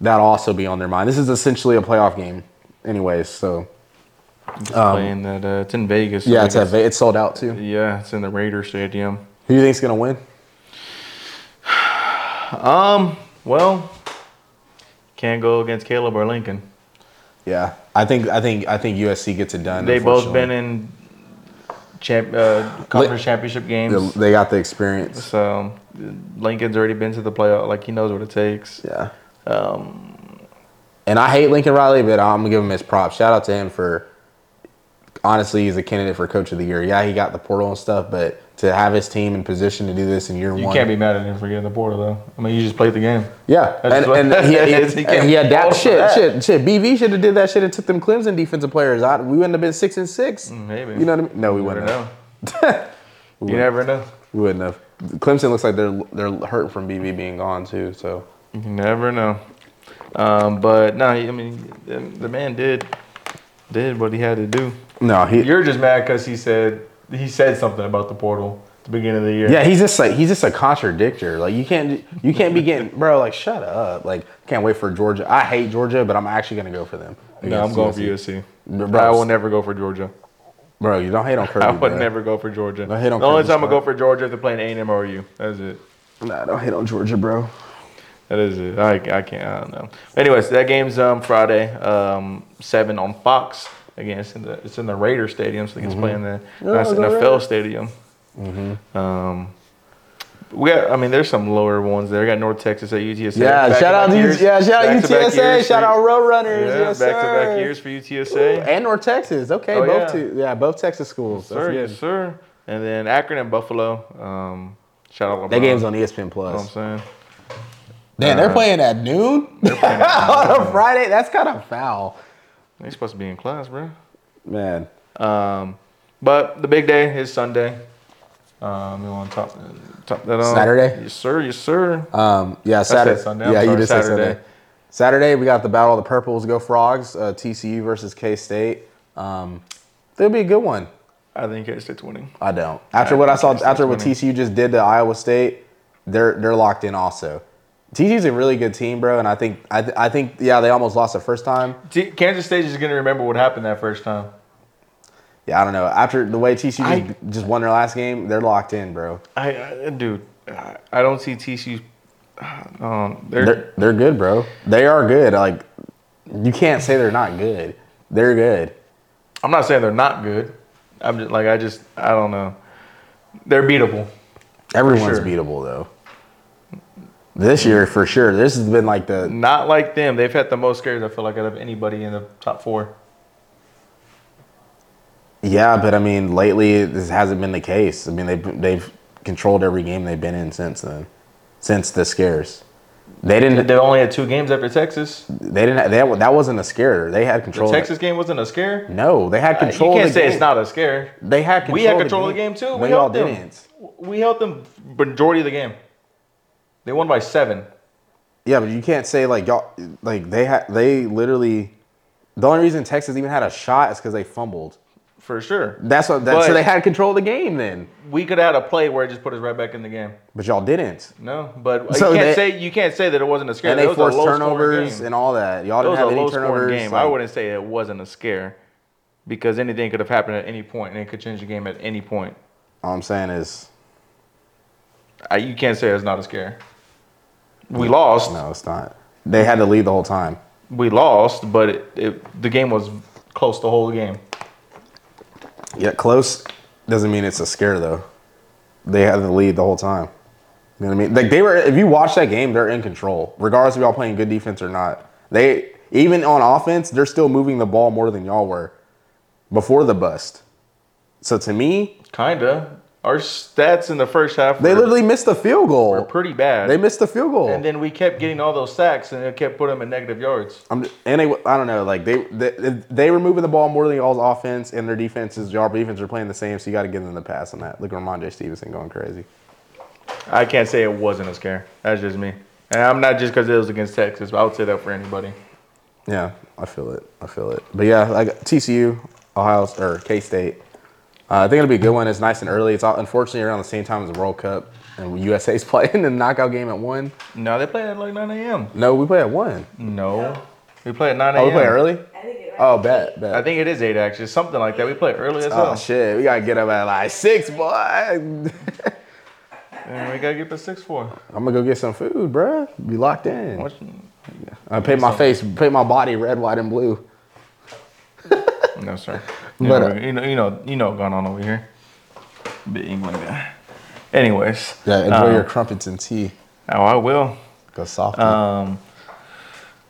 Speaker 1: that'll also be on their mind. This is essentially a playoff game, anyways. So
Speaker 2: It's playing that uh, it's in Vegas. so
Speaker 1: Um, yeah,
Speaker 2: I
Speaker 1: it's, at,
Speaker 2: guess-
Speaker 1: Ve- it's sold out too.
Speaker 2: Yeah, it's in the Raider Stadium.
Speaker 1: Who do you think's going to win?
Speaker 2: Well, can't go against Caleb or Lincoln.
Speaker 1: Yeah. I think I think I think USC gets it done.
Speaker 2: They both been
Speaker 1: unfortunately.
Speaker 2: in champ, uh, conference championship games.
Speaker 1: They got the experience.
Speaker 2: So Lincoln's already been to the playoff. Like he knows what it takes.
Speaker 1: Yeah. Um and I hate Lincoln Riley, but I'm gonna give him his props. Shout out to him for honestly he's a candidate for coach of the year. Yeah, he got the portal and stuff, but to have his team in position to do this in year
Speaker 2: You
Speaker 1: one.
Speaker 2: can't be mad at him for getting the border though. I mean, you just played the game.
Speaker 1: Yeah,
Speaker 2: That's
Speaker 1: and,
Speaker 2: what-
Speaker 1: and he,
Speaker 2: that is,
Speaker 1: he,
Speaker 2: he can't
Speaker 1: he had that
Speaker 2: fault for
Speaker 1: shit,
Speaker 2: that.
Speaker 1: shit, shit. BV should have did that shit and took them Clemson defensive players out. We wouldn't have been six and six.
Speaker 2: Maybe.
Speaker 1: You know what I mean? No, we
Speaker 2: Mm-hmm. You never
Speaker 1: wouldn't. Have.
Speaker 2: know. you never know.
Speaker 1: We wouldn't have. Clemson looks like they're they're hurting from BV being gone too. So
Speaker 2: You never know. Um, but no, I mean, the, the man did did what he had to do.
Speaker 1: no, he.
Speaker 2: You're just mad because he said he said something about the portal at the beginning of the year.
Speaker 1: yeah, he's just like he's just a contradictor. Like you can't you can't be getting bro. Like shut up. Like can't wait for Georgia. I hate Georgia, but I'm actually gonna go for them.
Speaker 2: No, I'm going
Speaker 1: against
Speaker 2: for USC.
Speaker 1: Bro,
Speaker 2: I will never go for Georgia.
Speaker 1: Bro, you don't hate on Kirby.
Speaker 2: I would
Speaker 1: bro.
Speaker 2: never go for Georgia.
Speaker 1: I hate on
Speaker 2: The only
Speaker 1: Kirby
Speaker 2: time I go
Speaker 1: Smart.
Speaker 2: for Georgia is to play an A&M or OU. That's it.
Speaker 1: Nah, don't hate on Georgia, bro.
Speaker 2: That is it. I, I can't. I don't know. Anyways, that game's um Friday, um seven on Fox. Again, it's in the it's in the Raider Stadium, so they
Speaker 1: Mm-hmm.
Speaker 2: can play in the nice
Speaker 1: it's a
Speaker 2: NFL
Speaker 1: Raider.
Speaker 2: stadium.
Speaker 1: Mm-hmm.
Speaker 2: Um, we got. I mean, there's some lower ones there. We got North Texas at UTSA.
Speaker 1: Yeah,
Speaker 2: Back-to-back
Speaker 1: shout out
Speaker 2: years-
Speaker 1: UTSA. Yeah, shout out
Speaker 2: back-to-back
Speaker 1: UTSA.
Speaker 2: years
Speaker 1: Shout
Speaker 2: for-
Speaker 1: out Roadrunners.
Speaker 2: Yeah,
Speaker 1: yes,
Speaker 2: back to
Speaker 1: sir.
Speaker 2: back years for UTSA.
Speaker 1: and or Texas. Okay,
Speaker 2: Oh,
Speaker 1: both
Speaker 2: yeah.
Speaker 1: two. Yeah, both Texas schools. That's
Speaker 2: sir,
Speaker 1: good.
Speaker 2: yes, sir. And then Akron and Buffalo. Um, shout out.
Speaker 1: That
Speaker 2: LeBron.
Speaker 1: game's on E ESPN
Speaker 2: You know what
Speaker 1: Plus.
Speaker 2: Oh, I'm Uh-huh. saying.
Speaker 1: Damn, they're playing at noon on a Friday. That's kind of foul,
Speaker 2: They supposed to be in class, bro.
Speaker 1: man.
Speaker 2: Um, but the big day is Sunday. Um, you want to top, top that on?
Speaker 1: Saturday?
Speaker 2: Yes, sir. Yes, sir.
Speaker 1: Um, yeah, Saturday.
Speaker 2: Sunday. I'm
Speaker 1: Yeah, you
Speaker 2: sorry,
Speaker 1: just said
Speaker 2: Saturday.
Speaker 1: Sunday. Saturday, we got the battle of the purples. Go frogs. Uh, TCU versus K State. Um, it'll be a good one.
Speaker 2: I think K State's winning.
Speaker 1: I don't. After what I saw, after what TCU just did to Iowa State, they're they're locked in also. TCU's a really good team, bro, and I think I, th- I think yeah they almost lost the first time.
Speaker 2: T- Kansas State is going to remember what happened that first time.
Speaker 1: Yeah, I don't know. After the way TCU just,
Speaker 2: I-
Speaker 1: just won their last game, they're locked in, bro.
Speaker 2: I, I dude, I, I don't see TCU. Um, they're,
Speaker 1: They're they're good, bro. They are good. Like you can't say they're not good. They're good.
Speaker 2: I'm not saying they're not good. I'm just like I just I don't know. They're beatable.
Speaker 1: Everyone's
Speaker 2: sure.
Speaker 1: beatable though. This year for sure. This has been like the
Speaker 2: Not like them. They've had the most scares I feel like out of anybody in the top four.
Speaker 1: Yeah, but I mean, lately this hasn't been the case. I mean, they've they've controlled every game they've been in since then, since the scares. They didn't.
Speaker 2: They've only had two games after Texas.
Speaker 1: They didn't. That that wasn't a scare. They had
Speaker 2: The
Speaker 1: control.
Speaker 2: Texas game wasn't a scare.
Speaker 1: No, they had
Speaker 2: You
Speaker 1: control. of
Speaker 2: can't
Speaker 1: the
Speaker 2: say
Speaker 1: game.
Speaker 2: it's not a scare.
Speaker 1: They had control.
Speaker 2: We had
Speaker 1: of
Speaker 2: control of the game too. We
Speaker 1: They all
Speaker 2: held them.
Speaker 1: didn't.
Speaker 2: We held them majority of the game. They won by seven.
Speaker 1: Yeah, but you can't say like y'all like they had they literally. The only reason Texas even had a shot is because they fumbled.
Speaker 2: For sure.
Speaker 1: That's what. That, so
Speaker 2: But-
Speaker 1: they had control of the game then,
Speaker 2: We could have had a play where it just put us right back in the game.
Speaker 1: but y'all didn't.
Speaker 2: No, but
Speaker 1: So
Speaker 2: you can't
Speaker 1: they-
Speaker 2: say you can't say that it wasn't a scare.
Speaker 1: And
Speaker 2: It
Speaker 1: they
Speaker 2: was a
Speaker 1: forced
Speaker 2: low-scoring
Speaker 1: turnovers
Speaker 2: game.
Speaker 1: and all that. Y'all
Speaker 2: It
Speaker 1: didn't
Speaker 2: was
Speaker 1: have
Speaker 2: a
Speaker 1: any
Speaker 2: low
Speaker 1: turnovers.
Speaker 2: scoring game. I
Speaker 1: like-
Speaker 2: wouldn't say it wasn't a scare because anything could have happened at any point and it could change the game at any point.
Speaker 1: All I'm saying is,
Speaker 2: I, you can't say it's not a scare. We lost.
Speaker 1: no, it's not. They had to lead the whole time.
Speaker 2: We lost, but it, it, the game was close the whole game.
Speaker 1: Yeah, close doesn't mean it's a scare though. They had the lead the whole time. You know what I mean? Like they were. If you watch that game, they're in control, regardless of y'all playing good defense or not. They even on offense, they're still moving the ball more than y'all were before the bust. So to me,
Speaker 2: Kinda. Our stats in the first half
Speaker 1: they
Speaker 2: were,
Speaker 1: literally missed the field
Speaker 2: were
Speaker 1: goal.
Speaker 2: pretty bad.
Speaker 1: They missed the field goal.
Speaker 2: and then we kept getting all those sacks and it kept putting them in negative yards.
Speaker 1: I'm just, and they, I don't know, like they, they they were moving the ball more than y'all's offense, and their defenses, y'all defense are playing the same, so you got to give them the pass on that. Look at Ramon J. Stevenson going crazy.
Speaker 2: I can't say it wasn't a scare. That's just me. And I'm not just because it was against Texas, but I would say that for anybody.
Speaker 1: Yeah, I feel it, I feel it. But yeah, like TCU, Ohio or K State, uh, I think it'll be a good one. It's nice and early. It's all, unfortunately around the same time as the World Cup, and USA's playing the knockout game at one.
Speaker 2: No, they played at like 9 a.m.
Speaker 1: No, we play at one.
Speaker 2: No. We play at 9 a.m.
Speaker 1: Oh, we play early.
Speaker 3: I think it
Speaker 1: Oh, bet, bet.
Speaker 2: I think it is 8 actually, something like that. We play early as
Speaker 1: Oh
Speaker 2: hell.
Speaker 1: shit, we gotta get up at like six, boy. I'm
Speaker 2: And we got to get the 6 4.
Speaker 1: gonna go get some food, bruh. Be locked in. I paint my face, paint my body red, white, and blue.
Speaker 2: No, sir.
Speaker 1: But, uh,
Speaker 2: Anyway, you know, you know, you know, what's going on over here. Big England guy. Anyways.
Speaker 1: Yeah, enjoy
Speaker 2: um,
Speaker 1: your crumpets and tea.
Speaker 2: Oh, I will.
Speaker 1: Go soft.
Speaker 2: Um,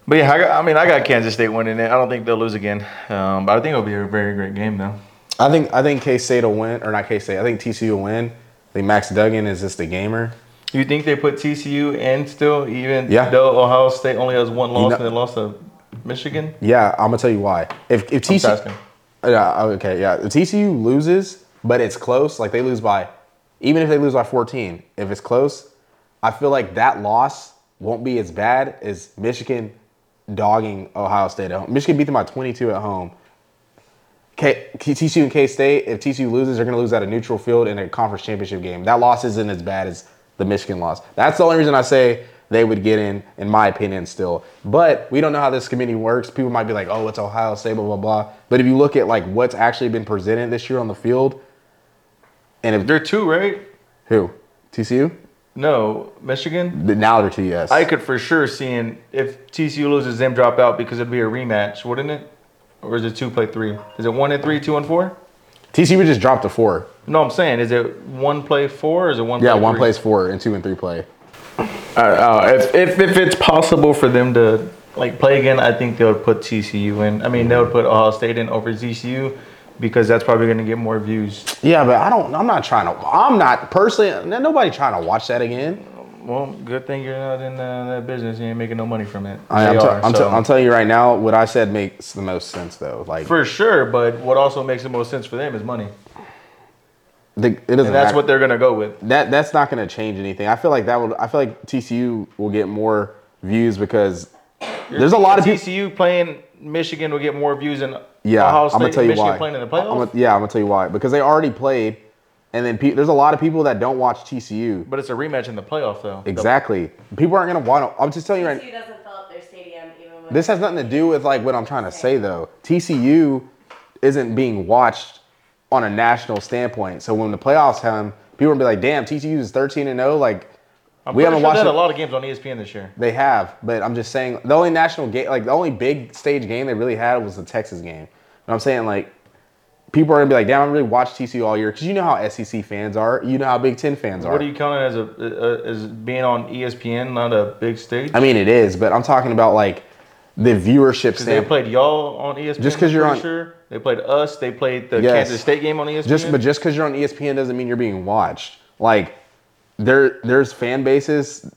Speaker 2: but yeah, I, got, I mean, I got Kansas State winning it. I don't think they'll lose again. Um, but I think it'll be a very great game, though.
Speaker 1: I think I think K State will win, or not K State. I think TCU will win. I think Max Duggan is just a gamer.
Speaker 2: You think they put TCU in still, even
Speaker 1: Yeah.
Speaker 2: though Ohio State only has one loss
Speaker 1: know-
Speaker 2: and they lost to Michigan?
Speaker 1: Yeah, I'm gonna tell you why. If if
Speaker 2: Just
Speaker 1: TCU,
Speaker 2: asking.
Speaker 1: yeah, oh, okay, yeah, if TCU loses, but it's close. Like they lose by, even if they lose by 14, if it's close, I feel like that loss won't be as bad as Michigan dogging Ohio State at home. Michigan beat them by 22 at home. K- TCU and K State, if TCU loses, they're going to lose at a neutral field in a conference championship game. That loss isn't as bad as the Michigan loss. That's the only reason I say they would get in, in my opinion, still. But we don't know how this committee works. People might be like, oh, it's Ohio State, blah, blah, blah. But if you look at like what's actually been presented this year on the field, and if
Speaker 2: They're two, right?
Speaker 1: who? TCU?
Speaker 2: No, Michigan.
Speaker 1: Th- Now they're TS.
Speaker 2: I could for sure seeing if TCU loses them drop out because it'd be a rematch, wouldn't it? Or is it two play three? Is it one and three, two and four?
Speaker 1: TCU would just drop to four.
Speaker 2: No, I'm saying is it one play four or is it one?
Speaker 1: Yeah,
Speaker 2: play
Speaker 1: one
Speaker 2: three?
Speaker 1: plays four and two and three play.
Speaker 2: Uh, uh, if, if if it's possible for them to like play again, I think they would put TCU in. I mean, they would put Ohio State in over TCU because that's probably going to get more views.
Speaker 1: Yeah, but I don't. I'm not trying to. I'm not personally. n- Nobody trying to watch that again.
Speaker 2: Well, good thing you're not in uh, that business. You ain't making no money from it.
Speaker 1: I, am
Speaker 2: They
Speaker 1: t-
Speaker 2: are,
Speaker 1: I'm, t-
Speaker 2: so-
Speaker 1: I'm telling you right now, what I said makes the most sense though. Like
Speaker 2: for sure. But what also makes the most sense for them is money,
Speaker 1: the, it doesn't.
Speaker 2: and that's
Speaker 1: matter.
Speaker 2: what they're going to go with.
Speaker 1: that that's not going to change anything. I feel like that would. I feel like TCU will get more views because There's a lot of people.
Speaker 2: TCU playing Michigan will get more views than
Speaker 1: Yeah,
Speaker 2: Ohio State
Speaker 1: I'm gonna
Speaker 2: and
Speaker 1: tell you
Speaker 2: Michigan
Speaker 1: why.
Speaker 2: playing in the
Speaker 1: I'm
Speaker 2: playoffs.
Speaker 1: gonna- yeah, I'm gonna tell you why because they already played, and then pe- there's a lot of people that don't watch TCU.
Speaker 2: but it's a rematch in the playoff though.
Speaker 1: Exactly, people aren't gonna want. I'm just telling you right.
Speaker 3: TCU doesn't fill up their stadium even when
Speaker 1: This has nothing to do with like what I'm trying to say though. TCU isn't being watched on a national standpoint. So when the playoffs come, people will be like, "Damn, TCU is 13 and 0." Like
Speaker 2: I'm
Speaker 1: we
Speaker 2: pretty
Speaker 1: haven't
Speaker 2: sure
Speaker 1: watched
Speaker 2: they had
Speaker 1: it-
Speaker 2: a lot of games on E ESPN this year.
Speaker 1: They have, but I'm just saying the only national game, like the only big stage game they really had was the Texas game. And I'm saying like people are gonna be like, "Damn, I really watched TCU all year," because you know how SEC fans are, you know how Big Ten fans are.
Speaker 2: What are you counting as a uh, as being on ESPN, not a big stage?
Speaker 1: I mean, it is, but I'm talking about like the viewership
Speaker 2: they
Speaker 1: standpoint.
Speaker 2: played y'all on E ESPN.
Speaker 1: Just 'cause
Speaker 2: I'm
Speaker 1: you're
Speaker 2: pretty
Speaker 1: on-
Speaker 2: sure. they played us. They played the
Speaker 1: Yes.
Speaker 2: Kansas State game on E ESPN.
Speaker 1: Just but just because you're on E ESPN doesn't mean you're being watched. Like there there's fan bases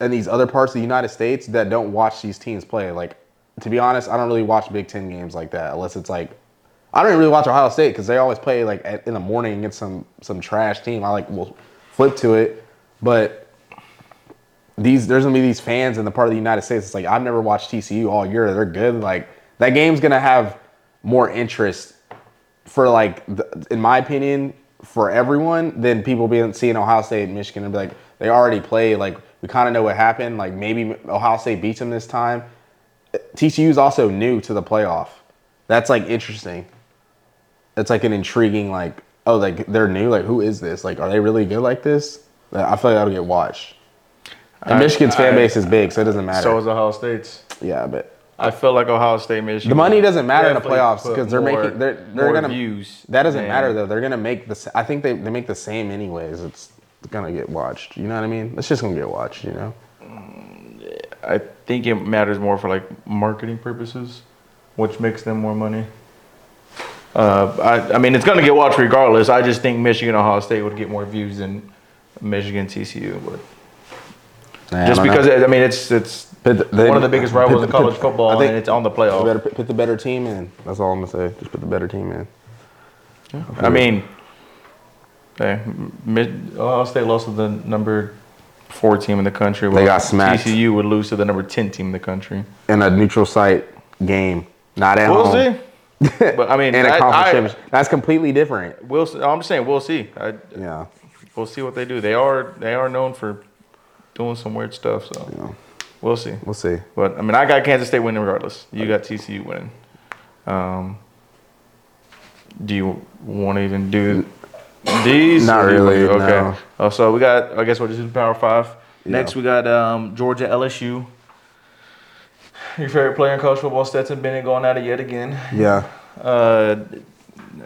Speaker 1: in these other parts of the United States that don't watch these teams play. Like to be honest, I don't really watch Big Ten games like that unless it's like I don't even really watch Ohio State because they always play like at, in the morning against some some trash team. I like will flip to it, but these there's gonna be these fans in the part of the United States. It's like I've never watched TCU all year. They're good. Like that game's gonna have more interest for like, th in my opinion, for everyone than people being seeing Ohio State and Michigan and be like they already played. Like we kind of know what happened. Like maybe Ohio State beats them this time. TCU is also new to the playoff. That's like interesting. That's like an intriguing like oh like they're new like who is this like are they really good like this? I feel like that'll get watched. And Michigan's fan
Speaker 2: I-
Speaker 1: base is big, so it doesn't matter.
Speaker 2: so is Ohio State's.
Speaker 1: yeah, but
Speaker 2: I feel like Ohio State, Michigan.
Speaker 1: The money doesn't matter in the
Speaker 2: definitely
Speaker 1: playoffs
Speaker 2: put
Speaker 1: 'cause they're
Speaker 2: more-
Speaker 1: making- they're- they're
Speaker 2: more
Speaker 1: gonna-
Speaker 2: views.
Speaker 1: that doesn't
Speaker 2: than-
Speaker 1: matter though. They're gonna make the. s- I think they, they make the same anyways. It's gonna get watched. You know what I mean? It's just gonna get watched. You know.
Speaker 2: I think it matters more for like marketing purposes, which makes them more money. Uh, I, I mean, it's gonna get watched regardless. I just think Michigan, Ohio State would get more views than Michigan, TCU would. Just because I mean, it's it's
Speaker 1: But they-
Speaker 2: one of the biggest rivals in college
Speaker 1: I
Speaker 2: football,
Speaker 1: think-
Speaker 2: and it's on the playoff.
Speaker 1: You better put, put the better team in. That's all I'm gonna say. Just put the better team in.
Speaker 2: I mean, hey, mid, Ohio State lost to the number four team in the country.
Speaker 1: They got
Speaker 2: while
Speaker 1: smacked.
Speaker 2: TCU would lose to the number ten team in the country.
Speaker 1: In a neutral site game, not at
Speaker 2: We'll
Speaker 1: home.
Speaker 2: see. but I mean,
Speaker 1: In a
Speaker 2: I-
Speaker 1: conference
Speaker 2: I-
Speaker 1: championship. That's completely different.
Speaker 2: We'll. s- I'm just saying, we'll see. I,
Speaker 1: Yeah.
Speaker 2: we'll see what they do. They are they are known for doing some weird stuff. So
Speaker 1: Yeah.
Speaker 2: we'll see.
Speaker 1: We'll see.
Speaker 2: But I mean, I got Kansas State winning regardless. You got TCU winning. Um, do you want to even do these?
Speaker 1: Not
Speaker 2: Or do you wanna
Speaker 1: really,
Speaker 2: do- Okay.
Speaker 1: no.
Speaker 2: Oh, so we got. I guess we're just in Power Five. Next,
Speaker 1: Yeah.
Speaker 2: we got um, Georgia LSU. Your favorite player in college football, Stetson Bennett, going at it yet again.
Speaker 1: Yeah.
Speaker 2: Uh,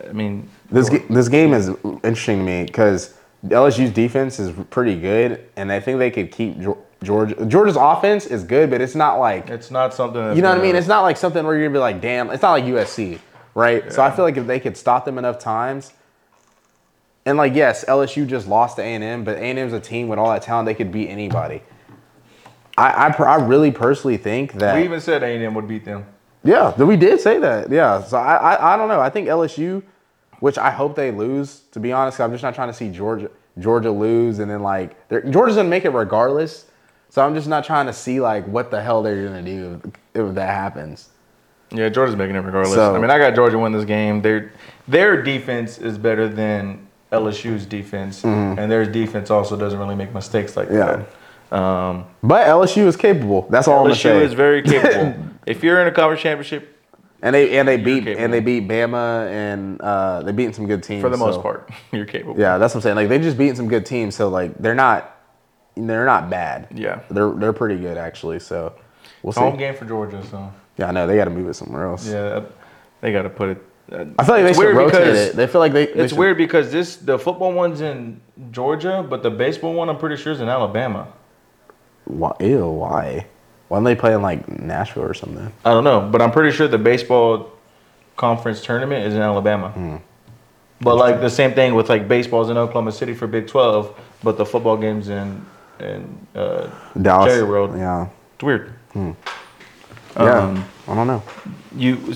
Speaker 2: I mean,
Speaker 1: This ga- this game is interesting to me because LSU's defense is pretty good, and I think they could keep Geor- Georgia. Georgia's offense is good, but it's not like
Speaker 2: it's not something. That's
Speaker 1: you know what I
Speaker 2: gonna-
Speaker 1: mean. It's not like something where you're gonna be like, damn. It's not like USC, right? So I feel like if they could stop them enough times, and like yes, LSU just lost to A and M, but A and M's a team with all that talent, they could beat anybody. I I, per- I really personally think that
Speaker 2: We even said A&M would beat them.
Speaker 1: yeah, th- we did say that. Yeah. So I, I, I don't know. I think LSU, which I hope they lose. To be honest, 'cause I'm just not trying to see Georgia Georgia lose and then like they're- Georgia's gonna make it regardless. So I'm just not trying to see like what the hell they're gonna do if, if that happens.
Speaker 2: Yeah, Georgia's making it regardless.
Speaker 1: So-
Speaker 2: I mean, I got Georgia win this game. Their their defense is better than LSU's defense, and their defense also doesn't really make mistakes like
Speaker 1: Mm-hmm. Yeah.
Speaker 2: that. Um,
Speaker 1: But LSU is capable. That's all I'm
Speaker 2: LSU
Speaker 1: gonna say.
Speaker 2: is very capable. if you're in a conference championship,
Speaker 1: and they and they beat
Speaker 2: capable.
Speaker 1: and they beat Bama and uh, they beating some good teams
Speaker 2: for the
Speaker 1: so-
Speaker 2: most part, you're capable.
Speaker 1: Yeah, that's what I'm saying. Like they just beating some good teams, so like they're not they're not bad.
Speaker 2: Yeah.
Speaker 1: They're they're pretty good actually. So we'll see.
Speaker 2: Home game for Georgia, so
Speaker 1: Yeah, I know they got to move it somewhere else.
Speaker 2: yeah, they got to put it. uh,
Speaker 1: I feel like
Speaker 2: It's
Speaker 1: they should
Speaker 2: weird
Speaker 1: rotate
Speaker 2: because
Speaker 1: it. They feel like they. they
Speaker 2: It's
Speaker 1: should-
Speaker 2: weird because this the football one's in Georgia, but the baseball one I'm pretty sure is in Alabama.
Speaker 1: Why, ew, why? Why don't they play in like Nashville or something?
Speaker 2: I don't know, but I'm pretty sure the baseball conference tournament is in Alabama.
Speaker 1: Hmm.
Speaker 2: But like the same thing with like baseball's in Oklahoma City for Big Twelve, but the football games in in uh,
Speaker 1: Dallas.
Speaker 2: Jerry World.
Speaker 1: Yeah.
Speaker 2: It's weird.
Speaker 1: Hmm. Yeah.
Speaker 2: Um,
Speaker 1: I don't know.
Speaker 2: You,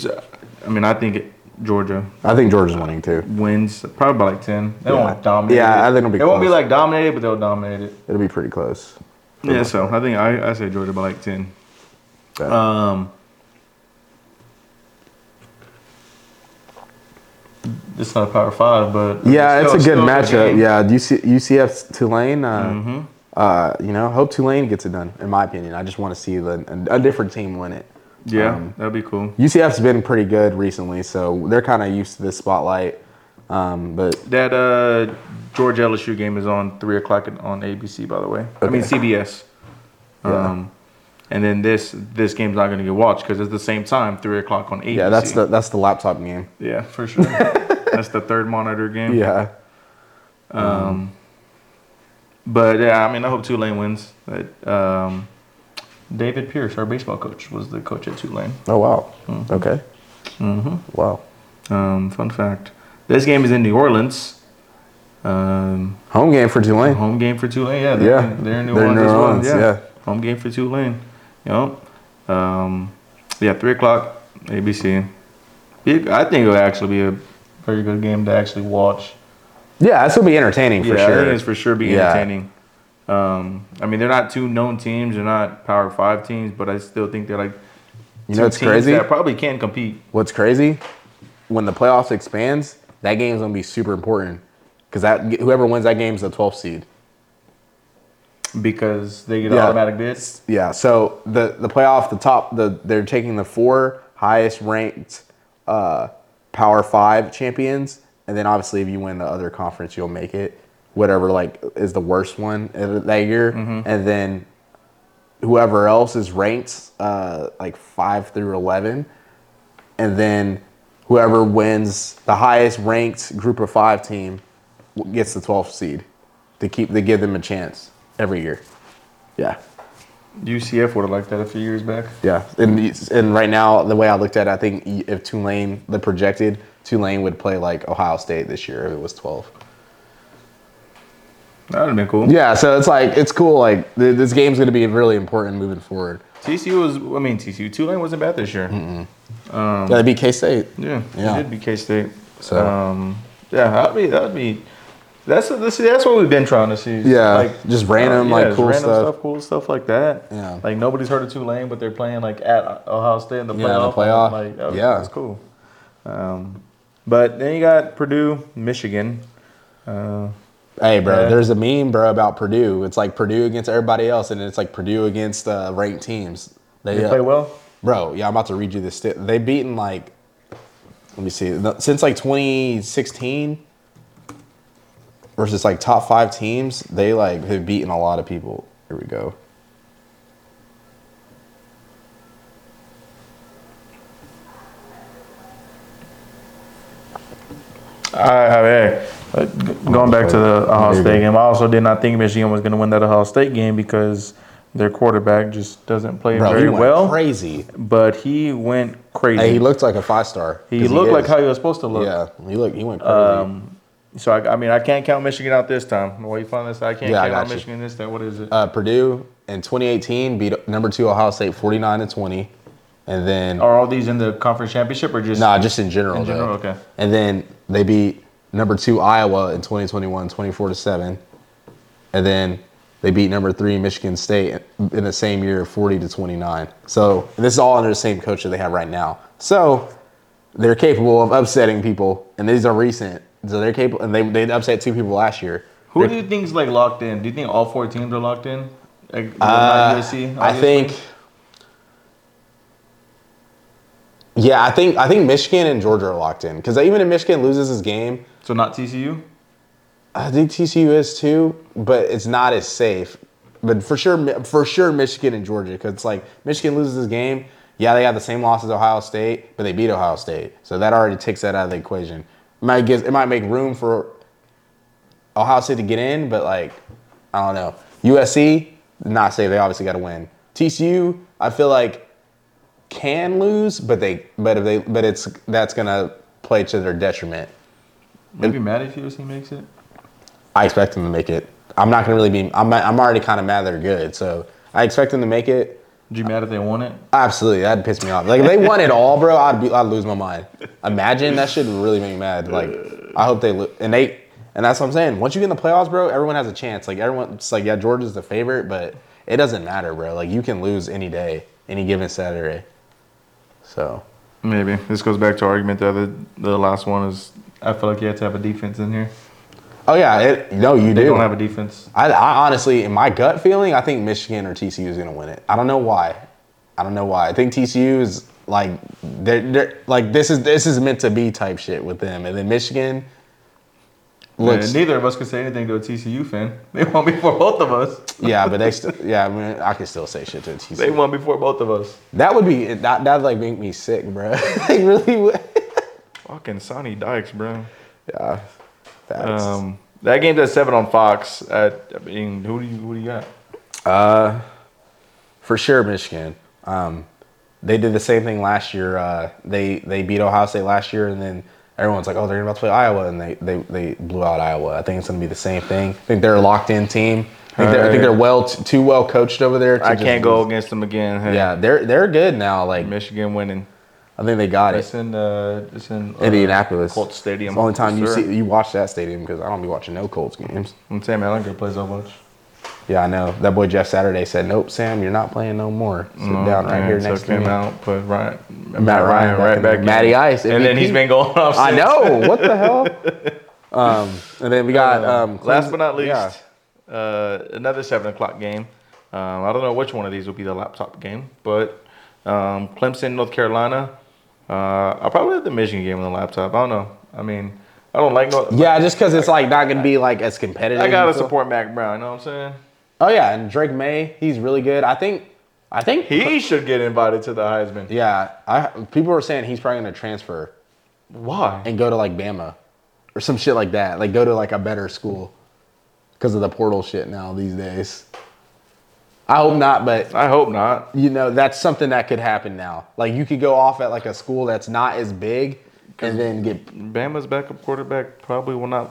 Speaker 2: I mean, I think it, Georgia
Speaker 1: I think Georgia's winning too.
Speaker 2: wins probably by like ten. They
Speaker 1: Yeah.
Speaker 2: won't dominate.
Speaker 1: Yeah,
Speaker 2: it.
Speaker 1: I think it'll be
Speaker 2: It won't be
Speaker 1: close.
Speaker 2: like dominated, but they'll dominate it.
Speaker 1: It'll be pretty close.
Speaker 2: Yeah, so I think I, I say Georgia by like ten.
Speaker 1: Got it.
Speaker 2: Um, it's not a power five, but
Speaker 1: yeah, it's,
Speaker 2: still-
Speaker 1: a good
Speaker 2: still
Speaker 1: matchup.
Speaker 2: game. Mm-hmm.
Speaker 1: Yeah, UC, UCF Tulane. Uh, uh, you know, hope Tulane gets it done. In my opinion, I just want to see the, a, a different team win it.
Speaker 2: yeah,
Speaker 1: Um,
Speaker 2: that'd be cool.
Speaker 1: UCF's been pretty good recently, so they're kind of used to this spotlight. Um, but
Speaker 2: That uh, Georgia LSU game is on three o'clock on ABC, by the way. I mean
Speaker 1: Okay.
Speaker 2: CBS. Um, and then this this game's not going to get watched because it's the same time, three o'clock on ABC.
Speaker 1: yeah, that's the that's the laptop game.
Speaker 2: yeah for sure. that's the third monitor game.
Speaker 1: Yeah,
Speaker 2: Um, But yeah, I mean, I hope Tulane wins. But, um, David Pierce, our baseball coach, was the coach at Tulane.
Speaker 1: Oh wow.
Speaker 2: Hmm.
Speaker 1: Okay. Wow.
Speaker 2: Um, fun fact: this game is in New Orleans. Um,
Speaker 1: Home game for Tulane.
Speaker 2: home game for Tulane. Yeah, they're,
Speaker 1: Yeah.
Speaker 2: they're in New
Speaker 1: They're in
Speaker 2: Orleans.
Speaker 1: New
Speaker 2: as
Speaker 1: Orleans,
Speaker 2: well.
Speaker 1: yeah.
Speaker 2: home game for Tulane. Yep. Um, yeah, three o'clock, ABC. It, I think it'll actually be a very good game to actually watch.
Speaker 1: Yeah, this will be entertaining for
Speaker 2: yeah,
Speaker 1: sure.
Speaker 2: I think it's for sure be
Speaker 1: Yeah.
Speaker 2: entertaining. Um, I mean, they're not two known teams. They're not Power Five teams, but I still think they're like
Speaker 1: you
Speaker 2: two
Speaker 1: know, it's
Speaker 2: teams
Speaker 1: crazy.
Speaker 2: that probably can compete.
Speaker 1: What's crazy? When the playoffs expands, that game's gonna be super important because that whoever wins that game's the 12th seed.
Speaker 2: because they get
Speaker 1: Yeah.
Speaker 2: automatic bids.
Speaker 1: Yeah. So the the playoff, the top, the they're taking the four highest ranked uh, Power Five champions, and then obviously if you win the other conference, you'll make it. Whatever like is the worst one of that year, and then whoever else is ranked uh, like five through eleven, and then whoever wins the highest ranked group of five team w- gets the 12th seed to keep to give them a chance every year. Yeah.
Speaker 2: UCF would have liked that a few years back.
Speaker 1: Yeah, and it's- and right now the way I looked at it, I think e- if Tulane, the projected Tulane would play like Ohio State this year if it was twelve.
Speaker 2: That would have been cool.
Speaker 1: Yeah, so it's like it's cool. Like th- this game's gonna be really important moving forward.
Speaker 2: TCU was, I mean, TCU Tulane wasn't bad this year.
Speaker 1: Yeah, that'd be K State.
Speaker 2: Yeah,
Speaker 1: Yeah.
Speaker 2: It did be K State.
Speaker 1: So-
Speaker 2: um, yeah, that'd be that'd be. That's that's that's what we've been trying to see.
Speaker 1: Yeah, just random, like,
Speaker 2: Oh, just
Speaker 1: cool
Speaker 2: random
Speaker 1: stuff.
Speaker 2: cool stuff like that.
Speaker 1: Yeah.
Speaker 2: like nobody's heard of Tulane, but they're playing like at Ohio State in the
Speaker 1: Yeah, in the
Speaker 2: playoff.
Speaker 1: playoff.
Speaker 2: Like, that was-
Speaker 1: Yeah.
Speaker 2: that's cool. Um, but then you got Purdue, Michigan. Uh,
Speaker 1: Hey, bro,
Speaker 2: Yeah.
Speaker 1: there's a meme, bro, about Purdue. It's like Purdue against everybody else, and it's like Purdue against uh, ranked teams. uh,
Speaker 2: they play well.
Speaker 1: Bro, yeah, I'm about to read you this. Sti- they beaten like, let me see, the- since like 2016 versus like top five teams, they like have beaten a lot of people. Here we go.
Speaker 2: I, I mean, uh, g- going back to the Ohio
Speaker 1: Maybe.
Speaker 2: State game, I also did not think Michigan was going to win that Ohio State game because their quarterback just doesn't play
Speaker 1: Bro,
Speaker 2: very
Speaker 1: he went
Speaker 2: well.
Speaker 1: crazy.
Speaker 2: But he went crazy.
Speaker 1: Hey, he
Speaker 2: he
Speaker 1: looked like a five star.
Speaker 2: looked like how he Um, was supposed to look.
Speaker 1: Yeah, he looked. He went crazy.
Speaker 2: So I, I mean, I can't count Michigan out this time. Well, you find this, I can't
Speaker 1: Yeah, I
Speaker 2: count out
Speaker 1: got you.
Speaker 2: Michigan this time. What is it?
Speaker 1: uh, Purdue in 2018 beat number two Ohio State 49 to 20, and then
Speaker 2: Are all these in the conference championship or just?
Speaker 1: Nah, just in general.
Speaker 2: In general,
Speaker 1: though.
Speaker 2: okay.
Speaker 1: And then they beat number two Iowa in 2021, 24 to seven, and then they beat number three Michigan State in the same year, 40 to 29. So and this is all under the same coach that they have right now. So they're capable of upsetting people, and these are recent. So they're capable, and they they upset two people last year.
Speaker 2: Who
Speaker 1: They're-
Speaker 2: do you think's like locked in? Do you think all four teams are locked in? Like,
Speaker 1: Uh,
Speaker 2: not USC,
Speaker 1: I
Speaker 2: obviously?
Speaker 1: think. Yeah, I think I think Michigan and Georgia are locked in because even if Michigan loses this game,
Speaker 2: so. Not TCU.
Speaker 1: I think TCU is too, but it's not as safe. But for sure, for sure, Michigan and Georgia, because it's like Michigan loses this game. Yeah, they have the same loss as Ohio State, but they beat Ohio State, so that already takes that out of the equation. It might give, it might make room for Ohio State to get in, but like I don't know. USC not safe. They obviously got to win. TCU, I feel like can lose, but they, but if they, but it's that's gonna play to their detriment.
Speaker 2: Would you be mad if USC makes it?
Speaker 1: I expect them to make it. I'm not gonna really be. I'm, I'm already kind of mad they're good, so I expect them to make it.
Speaker 2: Would you be mad if they won it?
Speaker 1: Absolutely, that'd piss me off. Like if they won it all, bro, I'd be, I'd lose my mind. Imagine that should really make me mad. Like I hope they lo- and they and that's what I'm saying. Once you get in the playoffs, bro, everyone has a chance. Like everyone, it's like yeah, Georgia's the favorite, but it doesn't matter, bro. Like you can lose any day. any given Saturday. So
Speaker 2: Maybe this goes back to our argument. The other, the last one is I feel like you have to have a defense in here.
Speaker 1: oh yeah, it, no, you
Speaker 2: They
Speaker 1: do.
Speaker 2: don't have a defense.
Speaker 1: I, I honestly, in my gut feeling, I think Michigan or TCU is going to win it. I don't know why. I don't know why. I think TCU is like they're, they're like this is this is meant to be type shit with them, and then Michigan looks
Speaker 2: And neither of us could say anything to a TCU fan. They won before both of us.
Speaker 1: yeah, but they still yeah. I mean, I can still say shit to TCU.
Speaker 2: They won before both of us.
Speaker 1: That would be that that would like make me sick, bro. they really would.
Speaker 2: Fucking Sonny Dykes, bro.
Speaker 1: Yeah, that's
Speaker 2: Um, that game's at seven on Fox. At, I mean, who do you who do you got?
Speaker 1: for sure Michigan. Um, they did the same thing last year. Uh, they they beat Ohio State last year, and then everyone's like, "Oh, they're about to play Iowa," and they they, they blew out Iowa. I think it's going to be the same thing. I think they're a locked in team. I think, they're, I think they're well too well coached over there. To
Speaker 2: I
Speaker 1: just
Speaker 2: can't go
Speaker 1: lose.
Speaker 2: against them again. Hey,
Speaker 1: Yeah, they're they're good now. Like
Speaker 2: Michigan winning.
Speaker 1: I think they got it.
Speaker 2: It's in uh, it's in uh,
Speaker 1: Indianapolis,
Speaker 2: Colts Stadium.
Speaker 1: It's the only time you
Speaker 2: Yes, sir.
Speaker 1: see you watch that stadium because I don't be watching no Colts games.
Speaker 2: And Sam Ellinger plays so much.
Speaker 1: Yeah, I know. That boy Jeff Saturday said, "Nope, Sam, you're not playing no more. Sit down
Speaker 2: Oh,
Speaker 1: right here next to
Speaker 2: him
Speaker 1: me."
Speaker 2: out, put Ryan, Matt,
Speaker 1: Ryan back in
Speaker 2: Ryan right back,
Speaker 1: there. Matty
Speaker 2: in.
Speaker 1: Ice,
Speaker 2: and then
Speaker 1: MVP.
Speaker 2: he's been going off.
Speaker 1: I
Speaker 2: since.
Speaker 1: know. What the hell? Um, and then we got um,
Speaker 2: Last
Speaker 1: Clemson-
Speaker 2: but not least,
Speaker 1: yeah.
Speaker 2: uh, another seven o'clock game. Um, I don't know which one of these will be the laptop game, but um, Clemson, North Carolina. Uh, I probably have the Michigan game on the laptop. I don't know. I mean, I don't like. North,
Speaker 1: Yeah, just because it's like not gonna be like as competitive.
Speaker 2: I
Speaker 1: you
Speaker 2: gotta
Speaker 1: feel?
Speaker 2: support Mac Brown. You know what I'm
Speaker 1: Oh yeah, and Drake May, he's really good. I think, I think
Speaker 2: saying? He should get invited to the Heisman.
Speaker 1: Yeah, I people were saying he's probably gonna transfer
Speaker 2: Why?
Speaker 1: and go to like Bama or some shit like that. Like go to like a better school because of the portal shit now these days. I hope not, but
Speaker 2: I hope not.
Speaker 1: you know that's something that could happen now. Like you could go off at like a school that's not as big, and then get
Speaker 2: Bama's backup quarterback probably will not.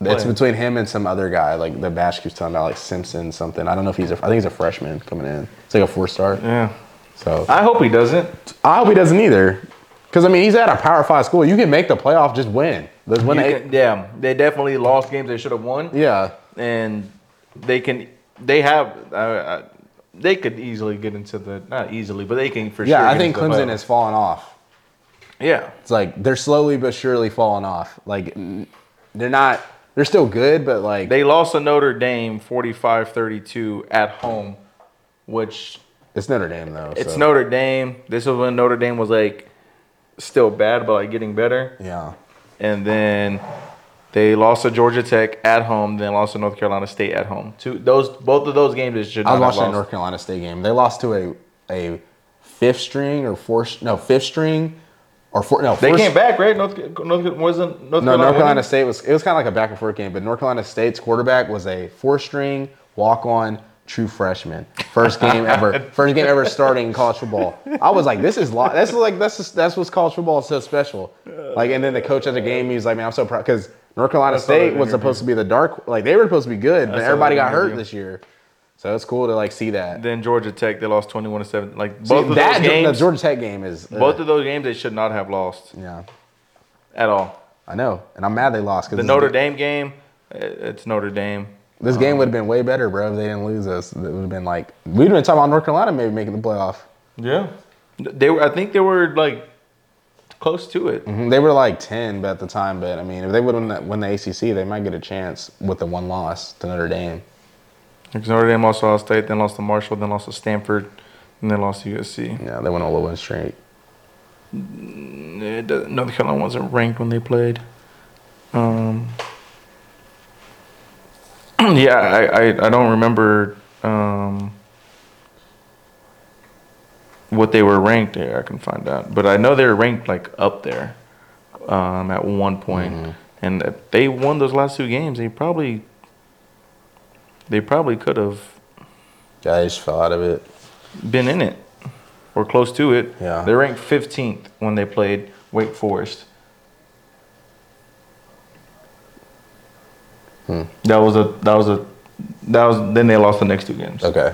Speaker 1: It's
Speaker 2: Play.
Speaker 1: between him and some other guy. Like the bash keeps talking about, like Simpson something. I don't know if he's a. I think he's a freshman coming in. It's like a four star.
Speaker 2: Yeah.
Speaker 1: So I,
Speaker 2: I hope he doesn't.
Speaker 1: hope he doesn't either. Because I mean, he's at a power five school. You can make the playoff, just win. Just win.
Speaker 2: You
Speaker 1: eight-
Speaker 2: can- yeah, they definitely lost games they should have won.
Speaker 1: yeah,
Speaker 2: and they can they have uh, uh, they could easily get into the not easily but they can for sure
Speaker 1: yeah. I
Speaker 2: get
Speaker 1: think
Speaker 2: into the
Speaker 1: Clemson
Speaker 2: playoff.
Speaker 1: is falling off.
Speaker 2: yeah
Speaker 1: It's like they're slowly but surely falling off. Like n- they're not. They're still good, but like
Speaker 2: they lost to Notre Dame 45-32 at home which
Speaker 1: it's Notre Dame though.
Speaker 2: it's
Speaker 1: so,
Speaker 2: Notre Dame this was when Notre Dame was like still bad but like getting better
Speaker 1: Yeah.
Speaker 2: and then they lost to Georgia Tech at home then lost to North Carolina State at home two those both of those games they should
Speaker 1: I was
Speaker 2: not
Speaker 1: watching
Speaker 2: have
Speaker 1: that
Speaker 2: lost.
Speaker 1: North Carolina State game. They lost to a a fifth string or four no fifth string or four no
Speaker 2: they
Speaker 1: fourth-
Speaker 2: came back right North, North wasn't North
Speaker 1: No, North
Speaker 2: winning?
Speaker 1: Carolina State was it was kind of like a back and forth game, but North Carolina State's quarterback was a four string walk on true freshman. First game ever, first game ever starting in college football. I was like, this is lo- that's like that's just, that's what's college football is so special. Like, and then the coach at the game, he was like, man, I'm so proud because North Carolina
Speaker 2: saw that
Speaker 1: State was
Speaker 2: interview.
Speaker 1: supposed to be the dark, like they were supposed to be good, but
Speaker 2: saw
Speaker 1: everybody
Speaker 2: that
Speaker 1: got hurt
Speaker 2: interview.
Speaker 1: this year. So it's cool to like see that.
Speaker 2: Then Georgia Tech, they lost 21 to 7. Like
Speaker 1: See,
Speaker 2: both of
Speaker 1: that
Speaker 2: those games,
Speaker 1: the Georgia Tech game is uh,
Speaker 2: both of those games they should not have lost
Speaker 1: yeah,
Speaker 2: at all.
Speaker 1: I know, and I'm mad they lost because
Speaker 2: The Notre Dame game, uh, it's Notre Dame.
Speaker 1: This game would have been way better, bro, if they didn't lose us. It would have been like we'd have been talking about North Carolina maybe making the playoff.
Speaker 2: Yeah. They were I think they were like close to it.
Speaker 1: Mhm, They were like ten, but at the time, but I mean, if they would have won the ACC, they might get a chance with the one loss to Notre Dame.
Speaker 2: Because Notre Dame lost to Ohio State, then lost to Marshall, then lost to Stanford, and then lost to USC.
Speaker 1: Yeah, they went on a little win streak.
Speaker 2: It doesn't- North Carolina wasn't ranked when they played. Um, yeah, I, I, I don't remember um, what they were ranked there. I can find out, but I know they were ranked like up there um, at one point. and if they won those last two games, they probably they probably could have
Speaker 1: Yeah, they just fell out of it.
Speaker 2: been in it or close to it.
Speaker 1: Yeah.
Speaker 2: They ranked 15th when they played Wake Forest.
Speaker 1: Hmm.
Speaker 2: That was a that was a that was then they lost the next two games.
Speaker 1: Okay,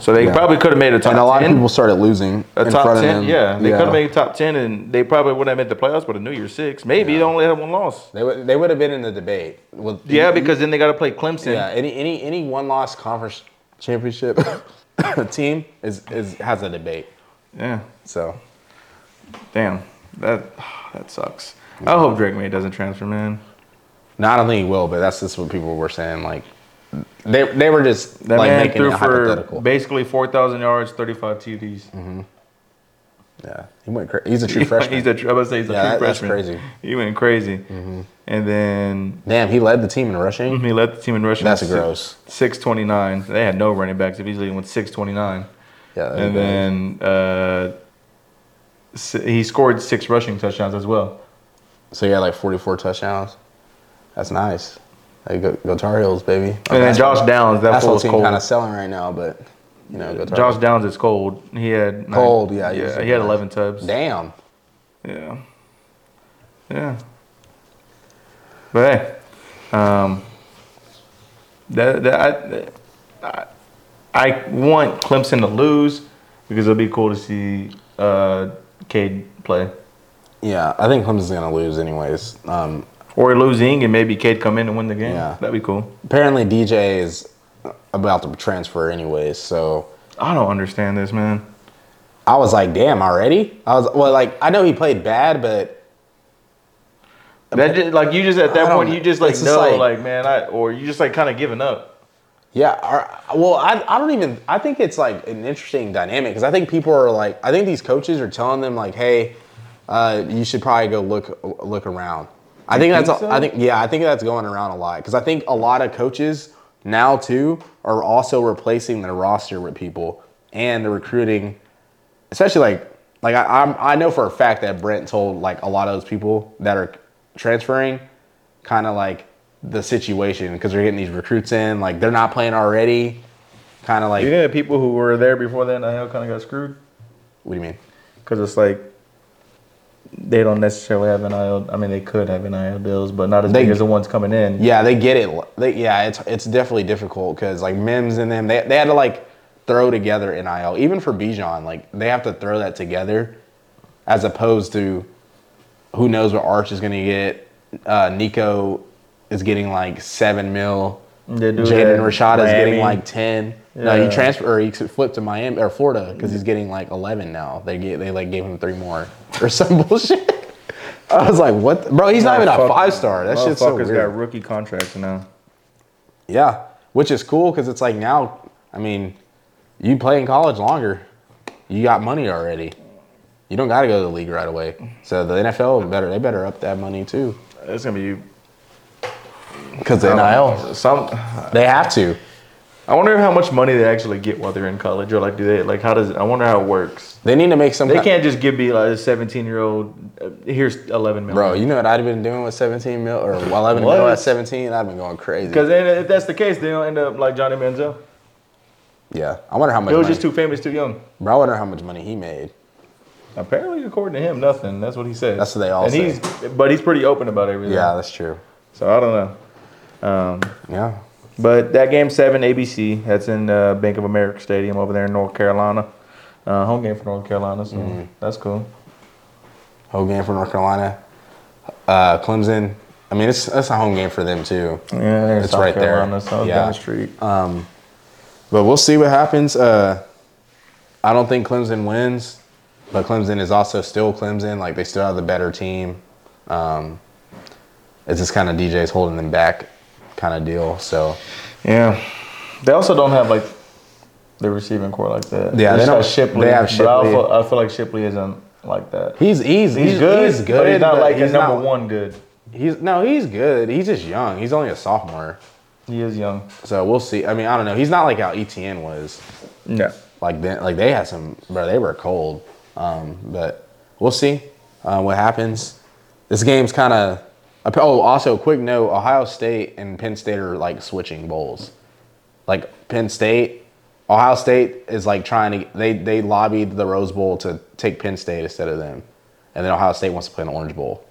Speaker 2: So they
Speaker 1: Yeah.
Speaker 2: probably could have made a top
Speaker 1: and a lot
Speaker 2: 10.
Speaker 1: of people started losing
Speaker 2: a
Speaker 1: in
Speaker 2: top
Speaker 1: front
Speaker 2: 10.
Speaker 1: of them.
Speaker 2: Yeah, they could have made top 10 and they probably would have made the playoffs but a New Year's 6. Maybe they only had one loss.
Speaker 1: They would they would have been in the debate. With,
Speaker 2: Yeah, because then they got to play Clemson.
Speaker 1: yeah, any any any one loss conference championship team is, is has a debate.
Speaker 2: Yeah.
Speaker 1: So
Speaker 2: Damn. That that sucks. I hope Drake May doesn't transfer, man.
Speaker 1: no, I don't think he will, but that's just what people were saying. Like they they were just
Speaker 2: That
Speaker 1: like
Speaker 2: man
Speaker 1: making
Speaker 2: threw
Speaker 1: it
Speaker 2: for
Speaker 1: hypothetical.
Speaker 2: basically four thousand yards, thirty-five TDs.
Speaker 1: yeah, he went. Cra- he's a true freshman.
Speaker 2: he's a, I was about to say he's a
Speaker 1: Yeah, that-
Speaker 2: true
Speaker 1: that's
Speaker 2: freshman.
Speaker 1: crazy. Mm-hmm.
Speaker 2: He went crazy, and then
Speaker 1: Damn, he led the team in rushing.
Speaker 2: he led the team in rushing.
Speaker 1: That's gross.
Speaker 2: Six twenty-nine. They had no running backs. If he's leading with six twenty-nine.
Speaker 1: Yeah,
Speaker 2: and then uh, s- he scored six rushing touchdowns as
Speaker 1: Oh,
Speaker 2: well.
Speaker 1: so he had like 44 touchdowns. That's nice. Like, go, go Tar Heels, baby.
Speaker 2: And then Josh Downs, that
Speaker 1: National
Speaker 2: fool was
Speaker 1: team
Speaker 2: cold.
Speaker 1: kind of selling right now, but you know, go Tar
Speaker 2: Josh
Speaker 1: Heels.
Speaker 2: Downs is cold. He had nine-
Speaker 1: Cold, yeah, he was
Speaker 2: yeah. He
Speaker 1: super
Speaker 2: had
Speaker 1: nice.
Speaker 2: eleven tubs.
Speaker 1: Damn.
Speaker 2: Yeah, yeah. But hey, um, that that I, I, I want Clemson to lose because it'll be cool to see uh, Cade play.
Speaker 1: Yeah, I think Clemson's gonna lose anyways. Um,
Speaker 2: Or losing and maybe Cade come in and win the game.
Speaker 1: Yeah.
Speaker 2: That'd be cool.
Speaker 1: apparently DJ is about to transfer anyways, so
Speaker 2: I don't understand this, man.
Speaker 1: I was like, damn, already? I was well, like I know he played bad, but
Speaker 2: That just, like you just at that
Speaker 1: I
Speaker 2: point
Speaker 1: don't-
Speaker 2: you just like
Speaker 1: it's just
Speaker 2: know like,
Speaker 1: like-
Speaker 2: man I or you just like kind of giving up.
Speaker 1: yeah. Or, well, I, I don't even. I think it's like an interesting dynamic because I think people are like, I think these coaches are telling them like, hey, uh, you should probably go look look around. I think that's.
Speaker 2: think so?
Speaker 1: I think yeah. I think that's going around a lot because I think a lot of coaches now too are also replacing their roster with people and they're recruiting especially like like I, I'm I know for a fact that Brent told like a lot of those people that are transferring, kind of like the situation because they're getting these recruits in like they're not playing already, kind of like
Speaker 2: You know, people who were there before the NIL kind of got screwed
Speaker 1: what do you mean?
Speaker 2: because it's like they don't necessarily have NIL. I mean, they could have NIL deals, but not as
Speaker 1: They-
Speaker 2: big as the ones coming in.
Speaker 1: Yeah, they get it. They, yeah, it's it's definitely difficult because like Mims and them, they, they had to like throw together NIL. Even for Bijan, like they have to throw that together, as opposed to who knows what Arch is gonna get. Uh, Nico is getting like seven mil.
Speaker 2: They do
Speaker 1: Jaden
Speaker 2: that.
Speaker 1: Rashad is
Speaker 2: Miami.
Speaker 1: getting like ten. No,
Speaker 2: Yeah.
Speaker 1: he transfer or he flipped to Miami or Florida because he's getting like eleven now. They get they like gave him three more or some bullshit. I was like, what, the- bro? He's not even a
Speaker 2: Fuck-
Speaker 1: five star. That shit's so
Speaker 2: motherfuckers
Speaker 1: weird.
Speaker 2: got rookie contracts now.
Speaker 1: Yeah, which is cool because it's like now, I mean, you play in college longer, you got money already. You don't got to go to the league right away. So the NFL better, they better up that money too.
Speaker 2: It's gonna be
Speaker 1: Because
Speaker 2: Oh,
Speaker 1: the NIL,
Speaker 2: Some,
Speaker 1: they have to.
Speaker 2: I wonder how much money they actually get while they're in college, or like do they like how does I wonder how it works.
Speaker 1: They need to make some.
Speaker 2: They
Speaker 1: ki-
Speaker 2: can't just give me like a seventeen year old. Here's eleven million.
Speaker 1: bro. You know what I'd have been doing with 17 mil or 11 mil
Speaker 2: What?
Speaker 1: at 17? I've been going crazy.
Speaker 2: Because then, if that's the case, they don't end up like Johnny Manziel.
Speaker 1: Yeah, I wonder how much.
Speaker 2: He was
Speaker 1: Money,
Speaker 2: just too famous, too young.
Speaker 1: bro, I wonder how much money he made.
Speaker 2: Apparently, according to him, nothing. That's what he said.
Speaker 1: That's what they all
Speaker 2: and
Speaker 1: say.
Speaker 2: He's, but he's pretty open about everything.
Speaker 1: Yeah, that's true.
Speaker 2: So I don't know. Um,
Speaker 1: Yeah,
Speaker 2: but that game seven, ABC. That's in uh, Bank of America Stadium over there in North Carolina. Uh, home game for North Carolina. So that's cool.
Speaker 1: home game for North Carolina, uh, Clemson. I mean, it's it's a home game for them too.
Speaker 2: Yeah,
Speaker 1: It's South right there. Carolina,
Speaker 2: Carolina,
Speaker 1: so it's Yeah.
Speaker 2: down
Speaker 1: down the
Speaker 2: the street.
Speaker 1: But we'll see what happens. Uh, I don't think Clemson wins, but Clemson is also still Clemson. Like they still have the better team. Um, it's just kind of DJ's holding them back, kind of deal. So
Speaker 2: yeah, they also don't have like the receiving core like that.
Speaker 1: Yeah,
Speaker 2: they
Speaker 1: they
Speaker 2: just
Speaker 1: don't-
Speaker 2: have Shipley.
Speaker 1: they have
Speaker 2: But I
Speaker 1: Shipley.
Speaker 2: feel, I feel like Shipley isn't like that.
Speaker 1: he's he's
Speaker 2: He's, good.
Speaker 1: He's good.
Speaker 2: But he's not
Speaker 1: but
Speaker 2: like a
Speaker 1: he's
Speaker 2: number
Speaker 1: not-
Speaker 2: one good.
Speaker 1: He's no, he's good. He's just young. He's only a sophomore.
Speaker 2: He is young.
Speaker 1: So we'll see. I mean, I don't know. He's not like how ETN was.
Speaker 2: Yeah.
Speaker 1: Like then, like they had some, bro. They were cold. Um, but we'll see uh, what happens. This game's kind of. Oh, also, quick note: Ohio State and Penn State are like switching bowls. Like Penn State, Ohio State is like trying to. They they lobbied the Rose Bowl to take Penn State instead of them, and then Ohio State wants to play in the Orange Bowl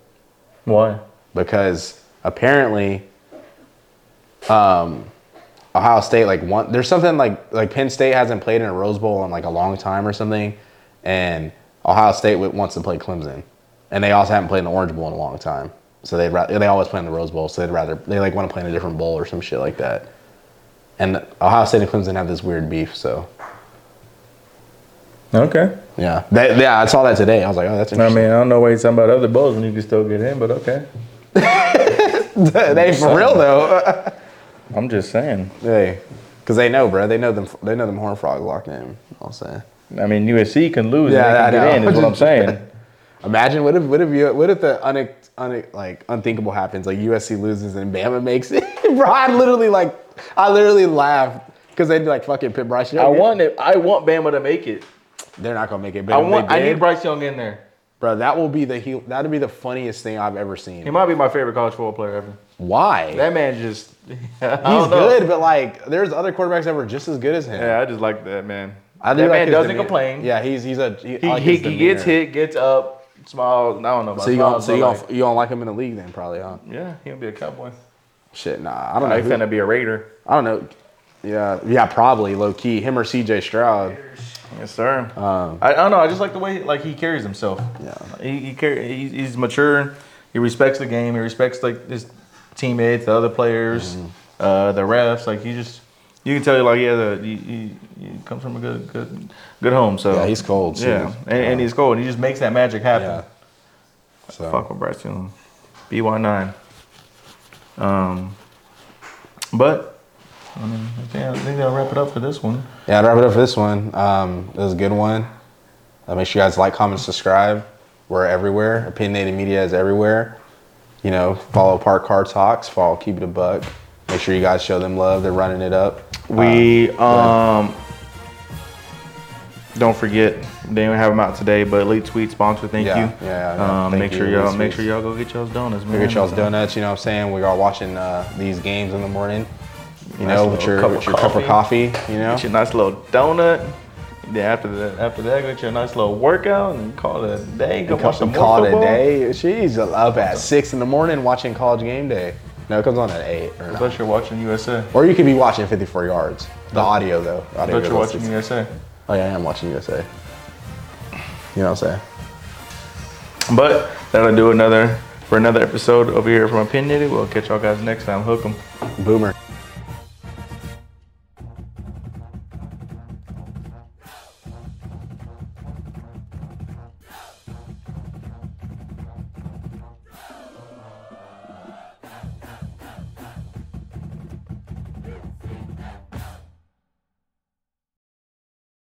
Speaker 2: Why?
Speaker 1: because apparently um, Ohio State like one there's something like like Penn State hasn't played in a Rose Bowl in like a long time or something, and Ohio State w- wants to play Clemson, and they also haven't played in the Orange Bowl in a long time. So they would they always play in the Rose Bowl, so they'd rather they like want to play in a different bowl or some shit like that. And Ohio State and Clemson have this weird beef, so
Speaker 2: Okay.
Speaker 1: Yeah, that, yeah, I saw that today. I was like, oh, that's
Speaker 2: I
Speaker 1: interesting.
Speaker 2: mean, I don't know why you're talking about other bowls when you can still get in, but okay.
Speaker 1: they for real though.
Speaker 2: I'm just saying.
Speaker 1: hey, because they know, bro. They know them. They know them horn frogs locked in. I'll say.
Speaker 2: I mean, USC can lose
Speaker 1: Yeah, I
Speaker 2: and they can get
Speaker 1: know.
Speaker 2: in, is what I'm saying.
Speaker 1: Imagine what if what if you what if the un, un, like unthinkable happens like USC loses and Bama makes it, bro. I literally like I literally laughed because they'd be like fucking pit Bryce Young.
Speaker 2: I want it. I want Bama to make it.
Speaker 1: They're not gonna make it.
Speaker 2: I
Speaker 1: Bama,
Speaker 2: want.
Speaker 1: They
Speaker 2: I
Speaker 1: did,
Speaker 2: need Bryce Young in there.
Speaker 1: bro. That will be the he, that'll be the funniest thing I've ever
Speaker 2: He
Speaker 1: seen.
Speaker 2: might be my favorite college football player ever.
Speaker 1: Why?
Speaker 2: That man just. He's
Speaker 1: He's good, but like there's other quarterbacks that were just as good as him.
Speaker 2: Yeah, I just like that man.
Speaker 1: I do
Speaker 2: that
Speaker 1: like
Speaker 2: man
Speaker 1: his
Speaker 2: doesn't
Speaker 1: demeanor.
Speaker 2: complain.
Speaker 1: Yeah, he's he's a he,
Speaker 2: He,
Speaker 1: I like
Speaker 2: he,
Speaker 1: his
Speaker 2: he gets
Speaker 1: demeanor.
Speaker 2: hit, gets up, smiles. I don't know about
Speaker 1: So you
Speaker 2: smiles,
Speaker 1: don't so you
Speaker 2: but
Speaker 1: don't, you don't like him in the league then probably huh?
Speaker 2: like, yeah, he'll be a cowboy.
Speaker 1: Shit, nah. I don't know.
Speaker 2: I
Speaker 1: who-
Speaker 2: finna be a Raider.
Speaker 1: I don't know. Yeah, yeah, probably low key. Him or CJ Stroud.
Speaker 2: Yes, sir. I, I don't know. I just like the way like he carries himself.
Speaker 1: Um, Yeah.
Speaker 2: he, he car- he's, he's mature. He respects the game. He respects like his teammates, the other players,
Speaker 1: Mm-hmm.
Speaker 2: uh, the refs. Like he just, you can tell like yeah, the, he, he, he comes from a good good good home. So
Speaker 1: Yeah, he's cold, too.
Speaker 2: Yeah, and, and he's cold. He just makes that magic happen.
Speaker 1: Yeah. So
Speaker 2: Fuck with Bryce Young. BY9. Um, but I mean, I think, I think that'll wrap it up for this one.
Speaker 1: yeah, to wrap it up for this one. Um, it was a good one. Uh, make sure you guys like, comment, subscribe. We're everywhere. Opinionated media is everywhere. You know, follow Park Car Talks. Follow Keep It a Buck. Make sure you guys show them love. They're running it up. Uh,
Speaker 2: We um don't forget they don't have them out today, but Elite Tweet sponsor, thank
Speaker 1: Yeah,
Speaker 2: you.
Speaker 1: yeah, yeah,
Speaker 2: um,
Speaker 1: thank
Speaker 2: make
Speaker 1: you,
Speaker 2: sure
Speaker 1: Elite
Speaker 2: y'all make
Speaker 1: Sweets.
Speaker 2: sure y'all go get y'all's donuts, man.
Speaker 1: We get y'all's donuts. You know what I'm saying? We are watching uh, these games in the morning. You
Speaker 2: Nice
Speaker 1: know, with
Speaker 2: little
Speaker 1: your,
Speaker 2: cup
Speaker 1: with
Speaker 2: of
Speaker 1: your cup of coffee. You know,
Speaker 2: Get your nice little donut. Then after that, after that, get your nice little workout and call it a day. Go
Speaker 1: Come
Speaker 2: watch
Speaker 1: some
Speaker 2: some
Speaker 1: call
Speaker 2: more
Speaker 1: it a
Speaker 2: football.
Speaker 1: day. She's up at six in the morning watching College Game Day. No, it comes on at eight or nine.
Speaker 2: Unless you're watching USA.
Speaker 1: Or you could be watching 54 yards. The audio though. The audio
Speaker 2: Unless you're
Speaker 1: goes-
Speaker 2: watching USA.
Speaker 1: Oh yeah, I am watching USA. You know what I'm saying?
Speaker 2: But that'll do another for another episode over here from Opinionated. We'll catch y'all guys next time. Hook 'em.
Speaker 1: Boomer.